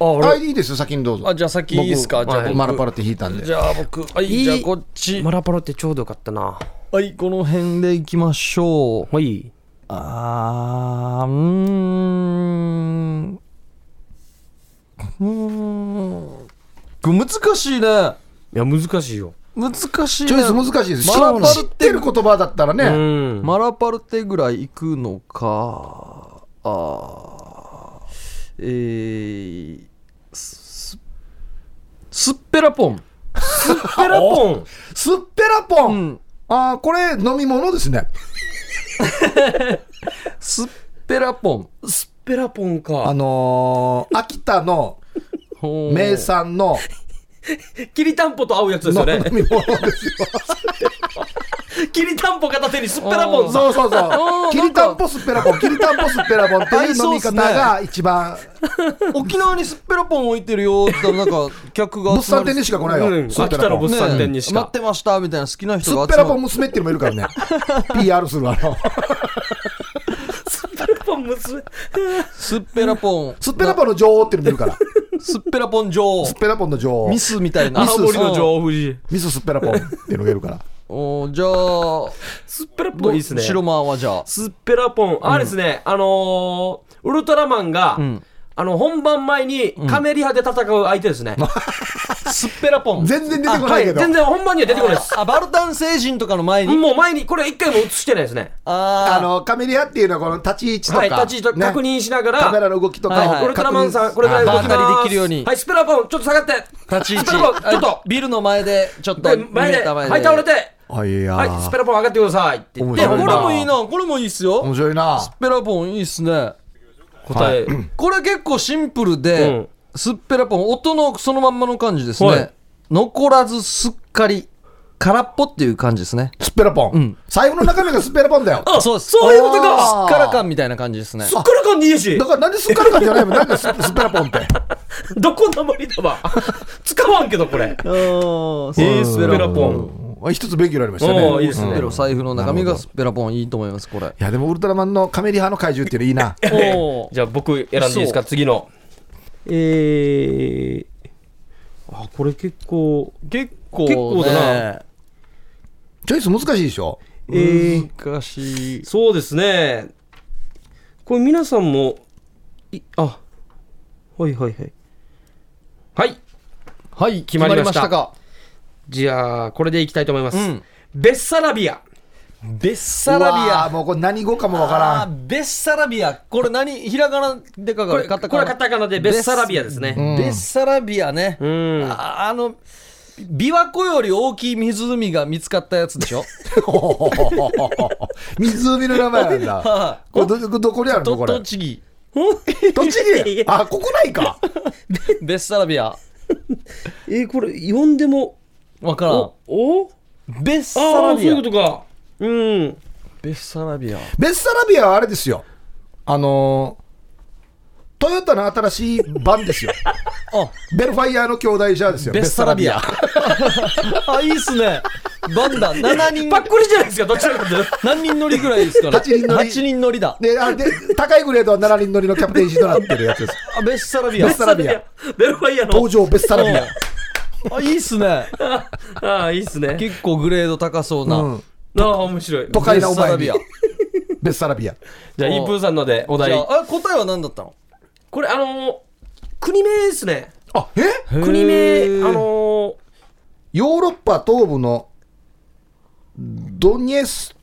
う
あ、いいですよ、先にどうぞ。
あじゃあ先いいですか
僕
じゃあ
はい
僕
マラパラって引いたんで。
じゃあ僕はい
い
じゃあこっち
マラパロってちょうどよかったな
はいこの辺でいきましょう
はい
あーうーんうーんこれ難しいね
いや難しいよ
難しいね
チョイス難しいです。
マラパラ
知ってる言葉だったら
う
ね、
ん
マラパルテぐらい行くのかあーえー、すすっぺらぽん
ペラポン
すっぺらぽ。
うんん
あーこれ飲み物ですね。
すっぺらぽん
スッペラポン
あ
か
のー、秋田の
ほー
名産の
きりたんぽと合うやつです
飲
よね
み物ですよ。
きりたんぽ片手にスッペラポンさ
そうそうそう。きりたんぽすっぺらぽん、きりたんぽすっぺらぽんっていう飲み方が一番、
沖縄にすっぺらぽん置いてるよって言ったらなん か客が
物
集ま
産
る
店にしか来ない
うん
よ。すっぺ
秋田
らぽん
の物
ね
産店にしか
待ってましたみたいな好きな
す
人が
っぺ
集
ら
ま
ぽ
る
ん娘っていうのもいるからね。PR するあの。
スッペラポン 娘
すっぺらぽん
すっぺらぽんの女王っていうのもいるから。
すっぺらぽん女王
すっぺらぽんの女王
ミ。スみたいな
ミス
青森の女王夫人
ミスすっぺらぽんっていうのがいるから。
おーじゃあ
スッペラポ
ど
ンいいっすね
白間はじゃあ
スッペラポン、あれですね、あのー、ウルトラマンが、
ん
あの本番前にカメリハで戦う相手ですね。
すっぺらぽん
全然出てこ
は
ないけ
い、
ど。
全然本番には出てこないです。
あバルタン星人とかの前に
もう前に、これ一回も映してないですね。
あ
あの、カメリアっていうのはこの立ち位置とか。
はい、立ち位置と
ね
確認しなが
カメラ
ら、
の動きと
はい
か
はい
を。
ウルトラマンさん、
確認
これぐらい動き
あー
ます。
できるように
はい、スペラポン、ちょっと下がって。
立ち位置
スペラポン、ちょっと。
ビルの前でちょっと
はい
見
前
え
で、
た
は
前
い、
で
倒れて。
あいやー
はい、スペラポン上がってくださいって言っ
面
て。
で
白
もこれも
い
いい
い
な
な
これもいいっすよ
面白い
す
な
っ。ぺらぽんいいっすね
答え。
これ結構シンプル
う
で
ん
すっぺらぽん音のそのまんまの感じですね、
はい
残らずすっかり空っぽっていう感じですね
すっぺらぽん
ん。
財布の中身がすっぺらぽんだよ。
あ、
そうです
そういうこと
あ
か。
すっから感みたいな感じですね
すっからかんでいいし
だ。からなんですっからかんじゃない もん。なんかすすっぺらぽんって。
どこなまりだわ。 使わんけど、これ。
うん
えー、スペラポン。
うん一つ勉強になりました
おー
ね。
いいですね
うん
ペ
い
ロ財布の中身がすっぺらぽんいいと思いますこれ
や、でもウルトラマンのカメリハの怪獣っていうのいいな。
おー
じゃあ僕選んでいいですか次のえー、あこれ結構
結構
結構だ
ね
チョイス難しいでしょ。
えー、
難しい
そうですねこれ皆さんもいあはいはいはいはい
はい
決まりました
か
じゃあこれでいきたいと思います、
うん
ベッサラビア
ベッサラビ
うわー
ア
もうこれ何語かもわから
あ
ん。
ーベッサラビアこれ何ひらがなでか
こ
が
れこれはカタカナでベッサラビアですね
ベッサラビアね、
うん
ああの琵琶湖より大きい湖が見つかったやつでし ょ
湖の名前 なんだ。
は
これどどどこにある
い
の
と
これ。
栃木
栃木あ、国内か。
ベッサラビア
えー、これ読んでも
わからん
お
ベッサ
ああ
ラ
そうい
ビ
う
ア
ことかうん
ベッサラビア
ベッサラビアはあれですよ。あのートヨタの新しい版ですよ。
あ
ベルファイアの兄弟車ですよ。
ベッサラビア あいいっすねバンダ7人
パックリじゃないですかどちらかというと
何人乗りぐらいですかね
八人乗り
八人乗りだ
ベッサラビア。で、あで高いグレードは7人乗りのキャプテンシートになってるやつ です。
あベッサラビ
ベ
ア
ッサラビア。
ベルファイアの
登場ベッサラビア。
あいいっすね
ああ、いいっすね。
結構グレード高そうな、
うん。
ああ、面白い。
都会なお
ベッサ
前
ラ
に
ビア。
ベッサラビア。
じゃあ、イープーさんのでお題
じゃ。ああ答えは何だったの
これ、あのー、国名ですね。
あ、え
国名、
へー
あの
ヨーロッパ東部のドニエス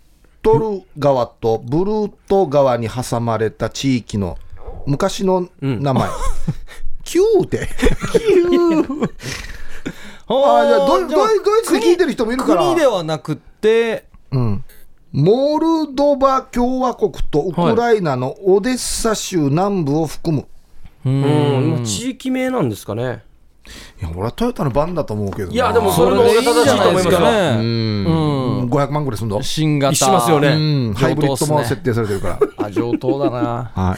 トル川とブルート川に挟まれた地域の昔の名前。キューって。あじゃあドイ
じゃあ
ドイドイツで聞いてる人もいるから
国国ではなくって
うんモルドバ共和国とウクライナのオデッサ州南部を含む。
ー、うん、今地域名なんですかね。
い、や、俺はトヨタの番だと思うけどな。
いやでも
それでいいじゃないですか
う
ね
ん、
うん
500万ぐらいすんの、
新型
しますよね
うん、ハイブリッドも
上等っす
設
ね
定され てるから。
あ上等だな
はい。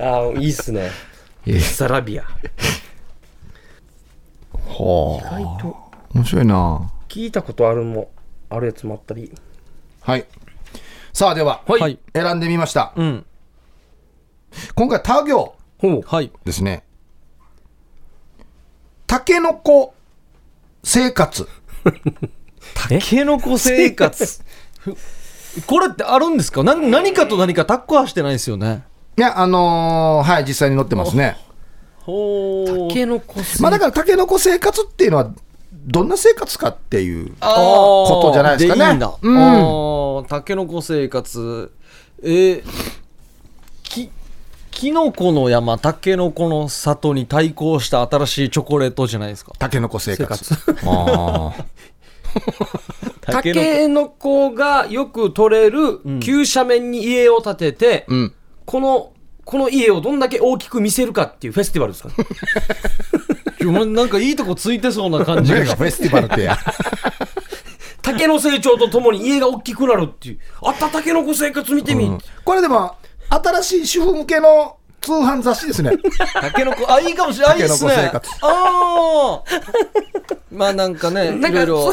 ああ、いいっすね。サラビア。
はあ。面白いな。
聞いたことあるも、あるやつもあったり。
はい。さあ、では、
はい、
選んでみました。
うん
今回、他行
ほう。
はい
ですね。タケノコ生活。
タケノコ生活これってあるんですかな何かと何かタッコはしてないですよね
いや、あのーはい、実際に載ってますね。
ほう
ケノコス
まあ、だから、タケノコ生活っていうのは、どんな生活かっていう。ことじゃないですかね
でいいんだ。
うん
うん。タケノコ生活。えーき、キノコの山、タケノコの里に対抗した新しいチョコレートじゃないですか。
タケノコ生活。あ ー
タケノコがよく取れる急斜面に家を建てて、
うん。
この、この家をどんだけ大きく見せるかっていうフェスティバル ですか、ね、
お前なんかいいとこついてそうな感じ
何
が
が。フェスティバルっ てや。
竹の成長とともに家が大きくなるっていう。あった竹の子生活見てみ。
これでも、新しい主婦向けの通販雑誌で すね。
タケノコ、あ、いいかもしれない。あいいっすね。
タケノコ生活
ああ。まあなんかね、い
なん
ろ
か
いろ、
そ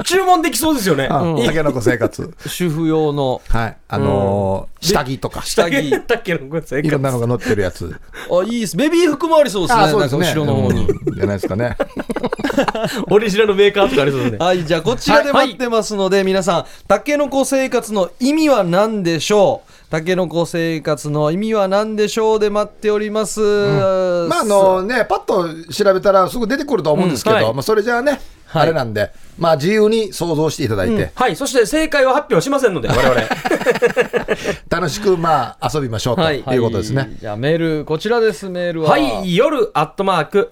う 注文できそうですよね。
うんタケノコ生活。
主婦用の
はい。あのー下着とか、
下着。
竹の子生
い
活
ろん。なのが載ってるやつ。
あ、いいっす。ベビー服もありそうですね。なんか後ろの方に。
うんじゃないですかね。
オリジナルメーカーとかありそう ですね。
はい、じゃあこちらで
はい
待ってますので、皆さん、タケノコ生活の意味は何でしょうタケノコ生活の意味は何でしょうで待っております。
まあ、あのね、パッと調べたらすぐ出てくると思うんですけど、
うんはい
まあ、それじゃあね、あれなんで、まあ、自由に想像していただいて、
はい。そして正解は発表しませんので、我 々。
楽しく、まあ、遊びましょうと
はいいう
ことですね。
はいじゃあメール、こちらです、メールは。
はい。夜、アットマーク、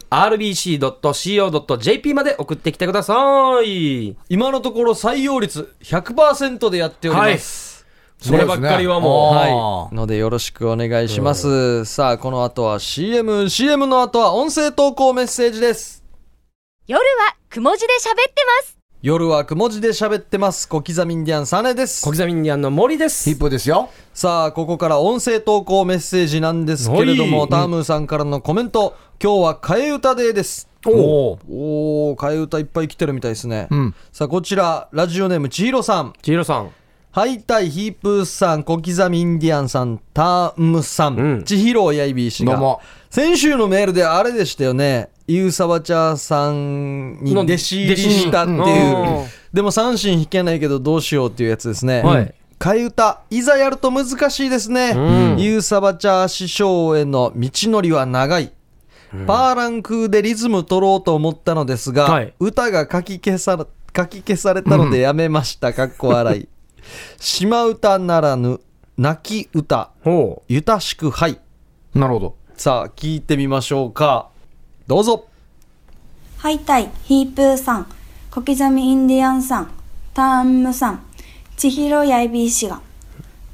rbc.co.jp まで送ってきてください。
今のところ採用率100%でやっております。
そればっかりはもう。
そうですね
は
あ
のでよろしくお願いします。さあ、この後は CM、CM の後は音声投稿メッセージです。
夜はくも字で喋ってます。
夜はくも字で喋ってます。小刻みインディアンサネで
い。
す
小。刻みインディアンの森です。
ヒップですよ。
さあここから音声投稿メッセージなんですけれど
は
も
い
タームーさんからのコメント「今日は替え歌デー」です
おー
おお替え歌いっぱい来てるみたいですね、
ん
さあこちらラジオネームちひろさん
千尋さん。
ハイタイヒープーさん小刻みインディアンさんタームさん、
うん
ちひろやいびー氏が
どうも
先週のメールであれでしたよねゆうさわちゃさんに
の
弟子入りしたっていう、
弟子にうん
でも三振弾けないけどどうしようっていうやつですね、
はい
替え歌いざやると難しいですね、ゆうさばちゃ師匠への道のりは長いパーランクでリズム取ろうと思ったのですが、
はい
歌が書き消さ書き消されたのでやめました、かっこ笑 い島歌ならぬ泣き歌
ほ
ゆたしくはい
なるほど。
さあ聞いてみましょうかどうぞ
ハイタイ、ヒープーさん、小刻みインディアンさん、ターンムさん、千尋やいびー氏が、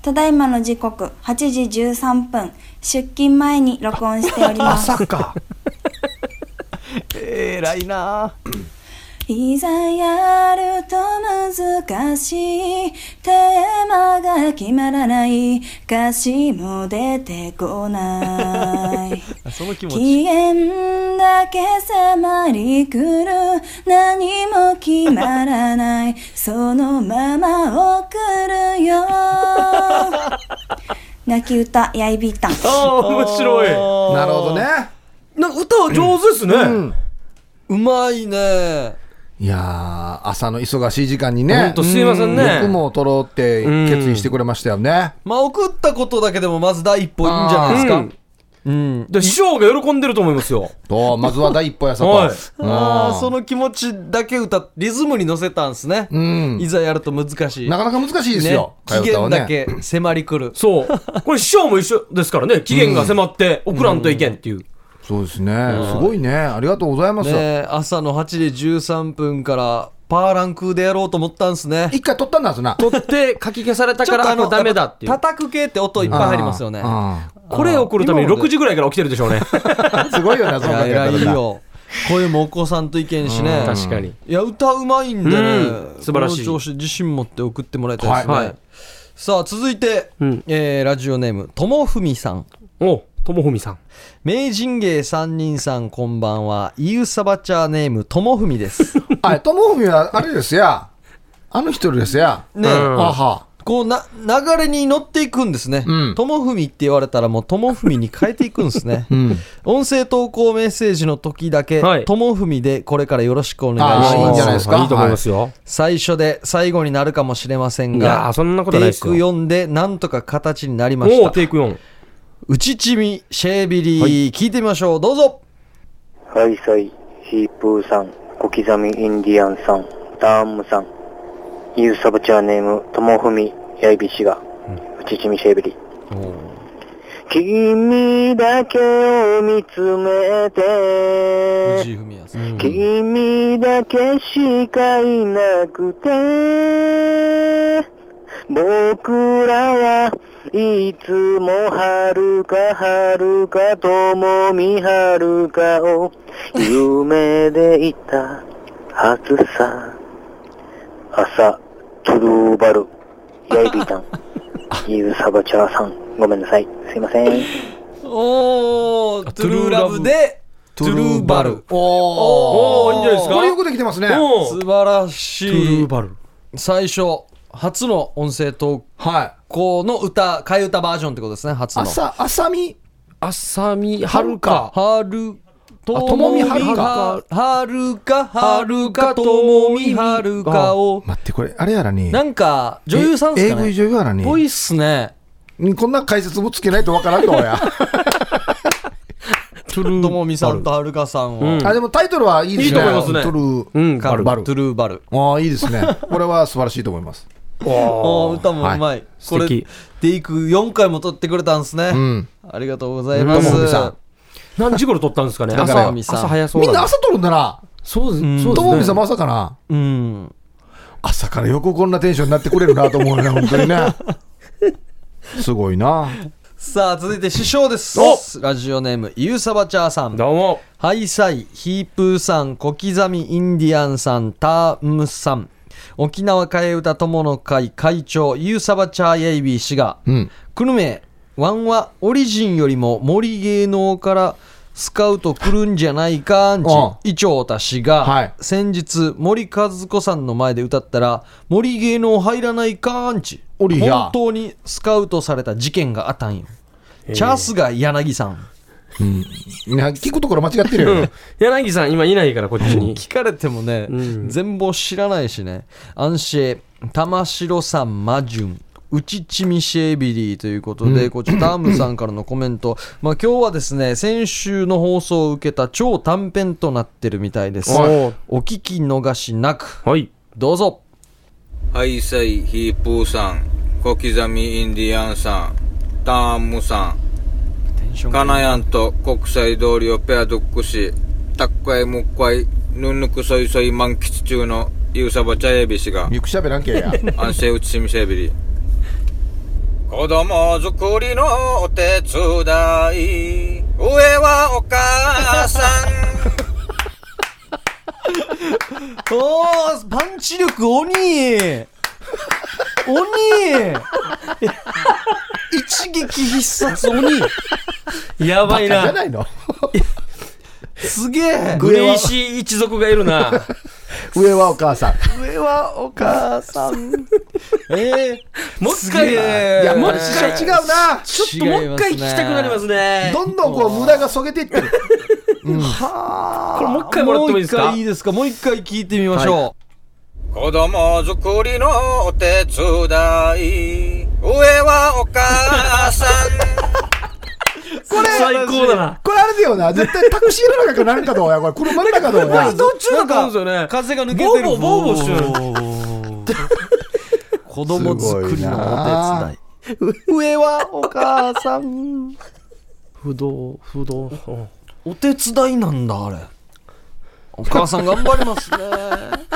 ただいまの時刻8時13分、出勤前に録音しております。
朝か。
えらいない
ざやると難しいテーマが決まらない歌詞も出てこない
その気持ち
期限だけ迫り来る何も決まらないそのまま送 るよ泣き歌やいび たん
う。ああ、面白い。
なるほどね。
なんか歌は上手ですね。
うまいね
いやー、朝の忙しい時間にね。
ほんとすいませんね
うんよくも取ろうって決意してくれましたよね。
まあ送ったことだけでもまず第一歩いいんじゃないですか、
うん
うん
で師匠が喜んでると思いますよ。
おまずは第一歩や さ
はい
と。
あーその気持ちだけ歌リズムに乗せたんですね、
ん
いざやると難しい
なかなか難しいですよ。
ね、
替
期
え歌
限
は
だ
ね。
け迫りくる、
そう。これ師匠も一緒ですからね。期限が迫って送らんといけんっていう。
そうですね。すごいね。ありがとうございます。
ね、朝の8時13分からパーランクでやろうと思ったんですね
一回取ったんだすな。
取って書き消された
ちょ
か
っと
ら
あ
も
の
うダメだっていう。
叩く系って音いっぱい入りますよね
あ
これを送るために
今まで
6時ぐらいから起きてるでし ょうね。
ーすごいよね、そ
い
の
や
方
偉
々
い。よ声もお子さんといけんしね
確かに。
いや歌うまいんでね、
うん素晴らしい
この調子自信持って送ってもらいたいですね、
はい
はい
さあ続いて、
うん
えーラジオネームともふみさん
おともほみさん。
名人芸三人さんこんばんはイウサバチャーネームともふみです
あれ、ともふみは、あれですや。あの人ですや。
ねえ、
うん
あは。
こうな流れに乗っていくんですね
うん
ともふみって言われたらもうともふみに変えていくんですね、
うん。
音声投稿メッセージの時だけ
はい
ともふみでこれからよろしくお願い
あ
し
ーいいん
ま
じゃない
す
ですか
いいと思いますよ。
最初で最後になるかもしれません
い、やー
が
そんなこと
テ
ないで
イ
す
ク
よ。
4でなんとか形になりまし
お
た
おテイク4。
うちちみシェービリー、聞いてみましょうどうぞ
ハイサイ、ヒープーさん、小刻みインディアンさん、ターンムさん、ユーサブチャーネーム、ともふみ、やいびしが、うちちみしゃべり。君だけを見つめて、
藤井フミヤさん、
君だけしかいなくて、僕らはいつも遥か遥かともみ遥かを夢でいたはずさ。朝、トゥルーバル、ヤイビータン、ユーサバチャーさん、ごめんなさい。すいません。
おートゥルーラブでトゥルーバル
お
お
ーいいんじゃないですか
これよくできてますね。
お
素
ー
晴らし
トゥルー
い
バル。
最初初の音声投
はい。
稿の歌替え歌バージョンってことですね初の
朝、朝み、
あさみはるか。
春と
もみはる
は
か
るかはるかともみはるかを
待って、これ、あれやらに。
なんか女優さんっすか
え AV
ね
女優やらに。
ぽいっすね
こんな解説もつけないとわからんと、や。
トゥルー
ともみさんとはるかさんを
ん
あ、でもタイトルはいいですね。
いいと思いますね
トゥルー
うん
カル
バル
トゥルーバル
ああ、いいですね。これは素晴らしいと思います。
あー歌もうまい、
はい
これ
素敵
テイク4回も撮ってくれたんですね、
ん
ありがとうございます
ともみさん
何時頃撮ったんですかね
だから
朝
よ
朝早そう
み
だ
んな朝撮るんだな。
そうですそうですね
ともみさんも朝かな。
うん
朝からよくこんなテンションになってくれるなと思うね、本当にね。すごいな。
さあ続いて師匠ですラジオネームゆうさばちゃーさん
どうも
ハイサイ、ヒープーさん、小刻みインディアンさん、タームさん、沖縄替え歌友の会会長、ユーサバチャーエイビー氏が、
うん。
久留米、ワンはオリジンよりも森芸能からスカウト来るんじゃないかんち
うん、
伊調た氏が、
はい
先日、森和子さんの前で歌ったら、森芸能入らないかんち、
おりや
本当にスカウトされた事件があったんよ。チャースが柳さん。
いや聞くところ間違ってるよね。
柳さん今いないからこっちに
聞かれてもね、
ん
全貌知らないしねアンシェ玉城さんマジュンうちちみシェービリーということで、こっちタームさんからのコメント、まあ、今日はですね先週の放送を受けた超短編となってるみたいです
はい
お聞き逃しなく
はい
どうぞ
ハイサイヒープーさん、小刻みインディアンさん、ターンムさん、カナヤンと国際通りをペアドックし、タッカイムッカイ、ヌンヌクソイソイ満喫中のユーサバチャエビ氏 が、
ゆくしゃべらんけや。
安静打ちしみしゃべり。子供作りのお手伝い、上はお母さん。
おーパンチ力 鬼鬼一撃必殺鬼
やばい
じゃ
な
ないの
すげえ
グレイシー一族がいるな
上はお母さん。
上はお母さん。 え
もう一回
すげえ
いや、もう
え
一回違うな。
ちょっともう一回聞きたくなりますね
どんどんこう無駄がそげていってる。
これもう一
ー、
回もらってもいいで
もう
す
一
か
回いいですかもう一回聞いてみましょ
子供作りのお手伝い、上はお母さん。
う。これ
さ最高だな。
これあれだよな、絶対タクシーの中か何かだわや、これ車の中だわや。
どっちだったんですよね。
風が抜けて
ボー
る
ボーボーボーしてる。
子供作りのお手伝い。上はお母さん。
不動、不動。
お手伝いなんだあれお母さん頑張ります ね
じ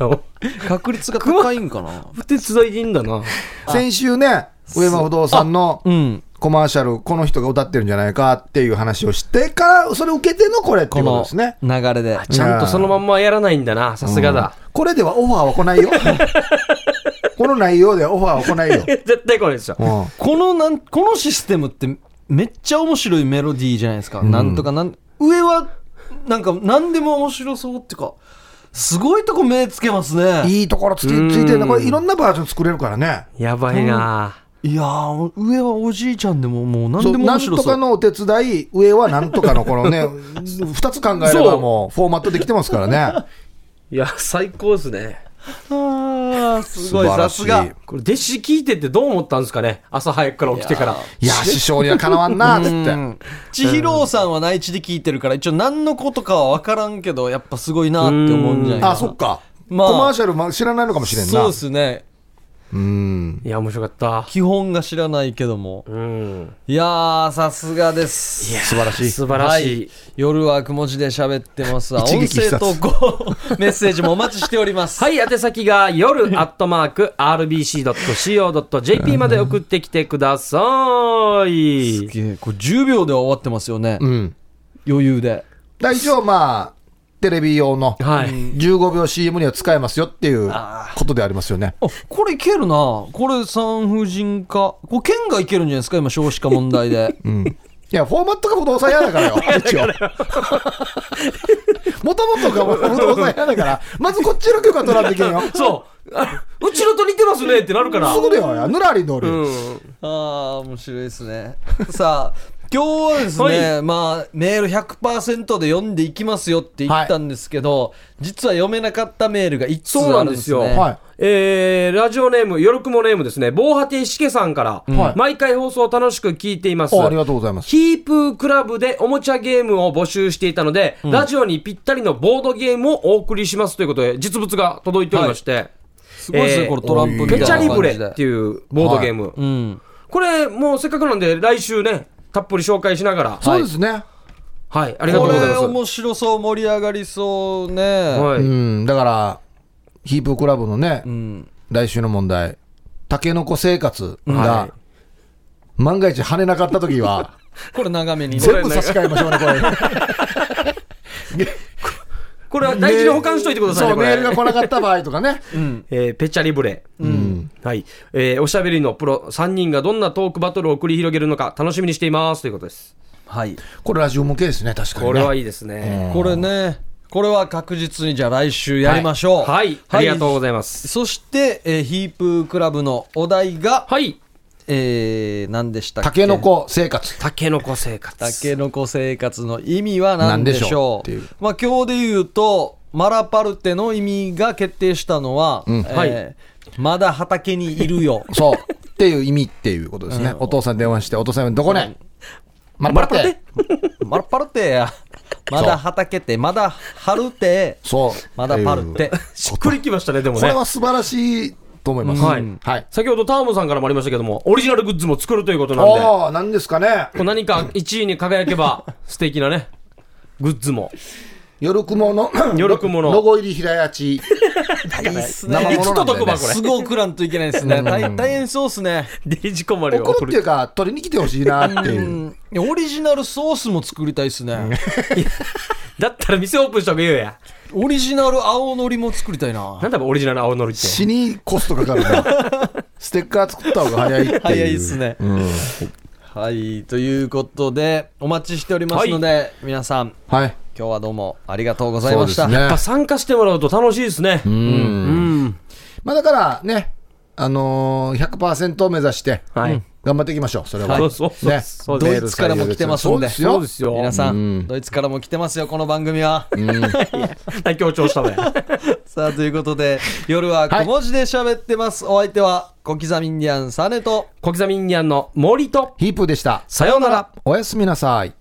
ゃあ、
確率が高いんかな。
お手伝いでいいんだな。
先週ね、上間不動産の
うん
コマーシャル、この人が歌ってるんじゃないかっていう話をしてから、それを受けてのこれって
こ
いうこと
の
ですね。
流れで
ちゃんとそのまんまやらないんだな。さすがだ。
これではオファーは来ないよ。この内容ではオファーは来ないよ。
絶対これですよ
う。ん
このなんこのシステムってめっちゃ面白いメロディーじゃないですか、なんとかなん上はなんか何でも面白そうっていうかすごいとこ目つけますね
いいところつきついてるね。これいろんなバージョン作れるからね。
やばいな。
いやー上はおじいちゃんでももう
そ
何
う
でも
な
面
ん
白
と
そ
か
う
のお手伝い、上はなんとかのこのね、2つ考えればもうフォーマットできてますからね。
いや、最高ですね。
あーすごい
素晴ら
さ
しい
すが
これ、弟子聞いててどう思ったんですかね。朝早くから起きてから。
いや、師匠にはかなわんな、つって。
千尋さんは内地で聞いてるから一応何のことかは分からんけどやっぱすごいなって思うんじゃないかな
あ、そっか。
まあ
コマーシャルま知らないのかもしれんな。
そうですね
うん。
いや、面白かった。
基本が知らないけども
うん。
いやーさすがです
素晴らしい。素晴らしい。
夜はくも字で喋ってますわ
一
音
撃
声
必
投
殺
稿メッセージもお待ちしております
はい、宛先が夜アットマーク RBC.CO.JP まで送ってきてください。
すげえこれ10秒では終わってますよね、
うん。
余裕で
だ一応まあ、テレビ用の
はい。
15秒 CM には使えますよっていうことでありますよね。
あこれいけるなこれ産婦人科これ県がいけるんじゃないですか今少子化問題で
いや、フォーマットが不動産屋だからよ、 一応。 もともとが不動産屋だから、まずこっちの許可取らんといけんよ。す
そう。あうちのと似てますねってなるから。
ぐだよや、ぬらりのり。
ああ面白いですねさあ今日はですね、まあメール100%で読んでいきますよって言ったんですけど、実は読めなかったメールが1通
そうな
あ
ん
るん
で
ですす
よ。
ね
はい
えーラジオネーム、よろくもネームですね、防波堤しけさんから、
はい
毎回放送を楽しく聞いています。
おありがとうございます。
ヒープークラブでおもちゃゲームを募集していたので、ラジオにぴったりのボードゲームをお送りしますということで、実物が届いておりまして、
すごいですね、
えー
これトランプみたい
ペ
な
チャ
感じ
リ
で
ブレっていうボードゲーム。
うん
これ、もうせっかくなんで、来週ね、たっぷり紹介しながら、
そうですね。
はい、ありがとう
こ
ござい
れ
ま
面白そう盛り上がりそうね、
す。は
う
い、
ん、だから、ヒープークラブのね、来週の問題、タケノコ生活
は
が、万が一跳ねなかった時 は、
これ長めに
全部差し替えましょうね、これ。
これは 大事に保管しといてくださいね。
そう、
これ
メールが来なかった場合とかね。
えーペチャリブレ、はいえーおしゃべりのプロ3人がどんなトークバトルを繰り広げるのか楽しみにしていますということです
はい
これラジオ向けですね、確かに、
こ
ね。
れはいいですね、
これねこれは確実にじゃあ来週やりましょう
はい、ありがとうございます
そして、えーヒープークラブのお題が、
はい
えー、何でしたっけ
タケノコ生活。
たけのこ生活
タケノコ生活の意味は何でしょう
何でしょうってい
まあ、今日で言うとマラパルテの意味が決定したのは、えー
はい
まだ畑にいるよ
そう。っていう意味っていうことですね。お父さんに電話して、お父さんはどこね、ま待って。
マラパルテやまだ畑ってまだ春って
そう。
まだパルテ
しっくりきましたねでも
これ
ね
は素晴らしいと思います。
はい
はい。
先ほどターモさんからもありましたけどもオリジナルグッズも作るということなんでこ
ああ、なんですかね。
う何か1位に輝け ば素敵なねグッズも
夜 雲の、
夜雲の
ロゴ入り平屋
い
地。
いっす
生
い
物
つ
なんだ
届く
よ
ば
ね
こ
すぐ送らんといけないですね。大大変そうですね。
れデイジコマリを
送
送
るってい
る
うか、取りに来てほしいなって
う
いう。
ん、オリジナルソースも作りたいです ね。
だったら店オープンした方がいいよや
オリジナル青のりも作りたいな
な。んだろうオリジナル青のりって
死にコストかかるな。 ステッカー作った方が早いっていう。
早いですね。はい、ということで、お待ちしておりますので、皆さん、
はい。
今日はどうもありがとうござい
そう
ま
で
し
す
た。
ね。
やっぱ参加してもらうと楽しいですね。
まあだからね、あのー、100%を目指して、
はい。
頑張っていきましょう、それは。
そうそうそう
ね
そう
ド
で
イツからも来てますんで。
そうです
よ
皆さ、
うんん
ドイツからも来てますよ、この番組は。
す。強調したね。
さあ、ということで、夜は小文字で喋ってます。お相手は、小刻みインディアンサネと、
小刻みインディアンの森と、
ヒープーでした。
さようなら。
おやすみなさい。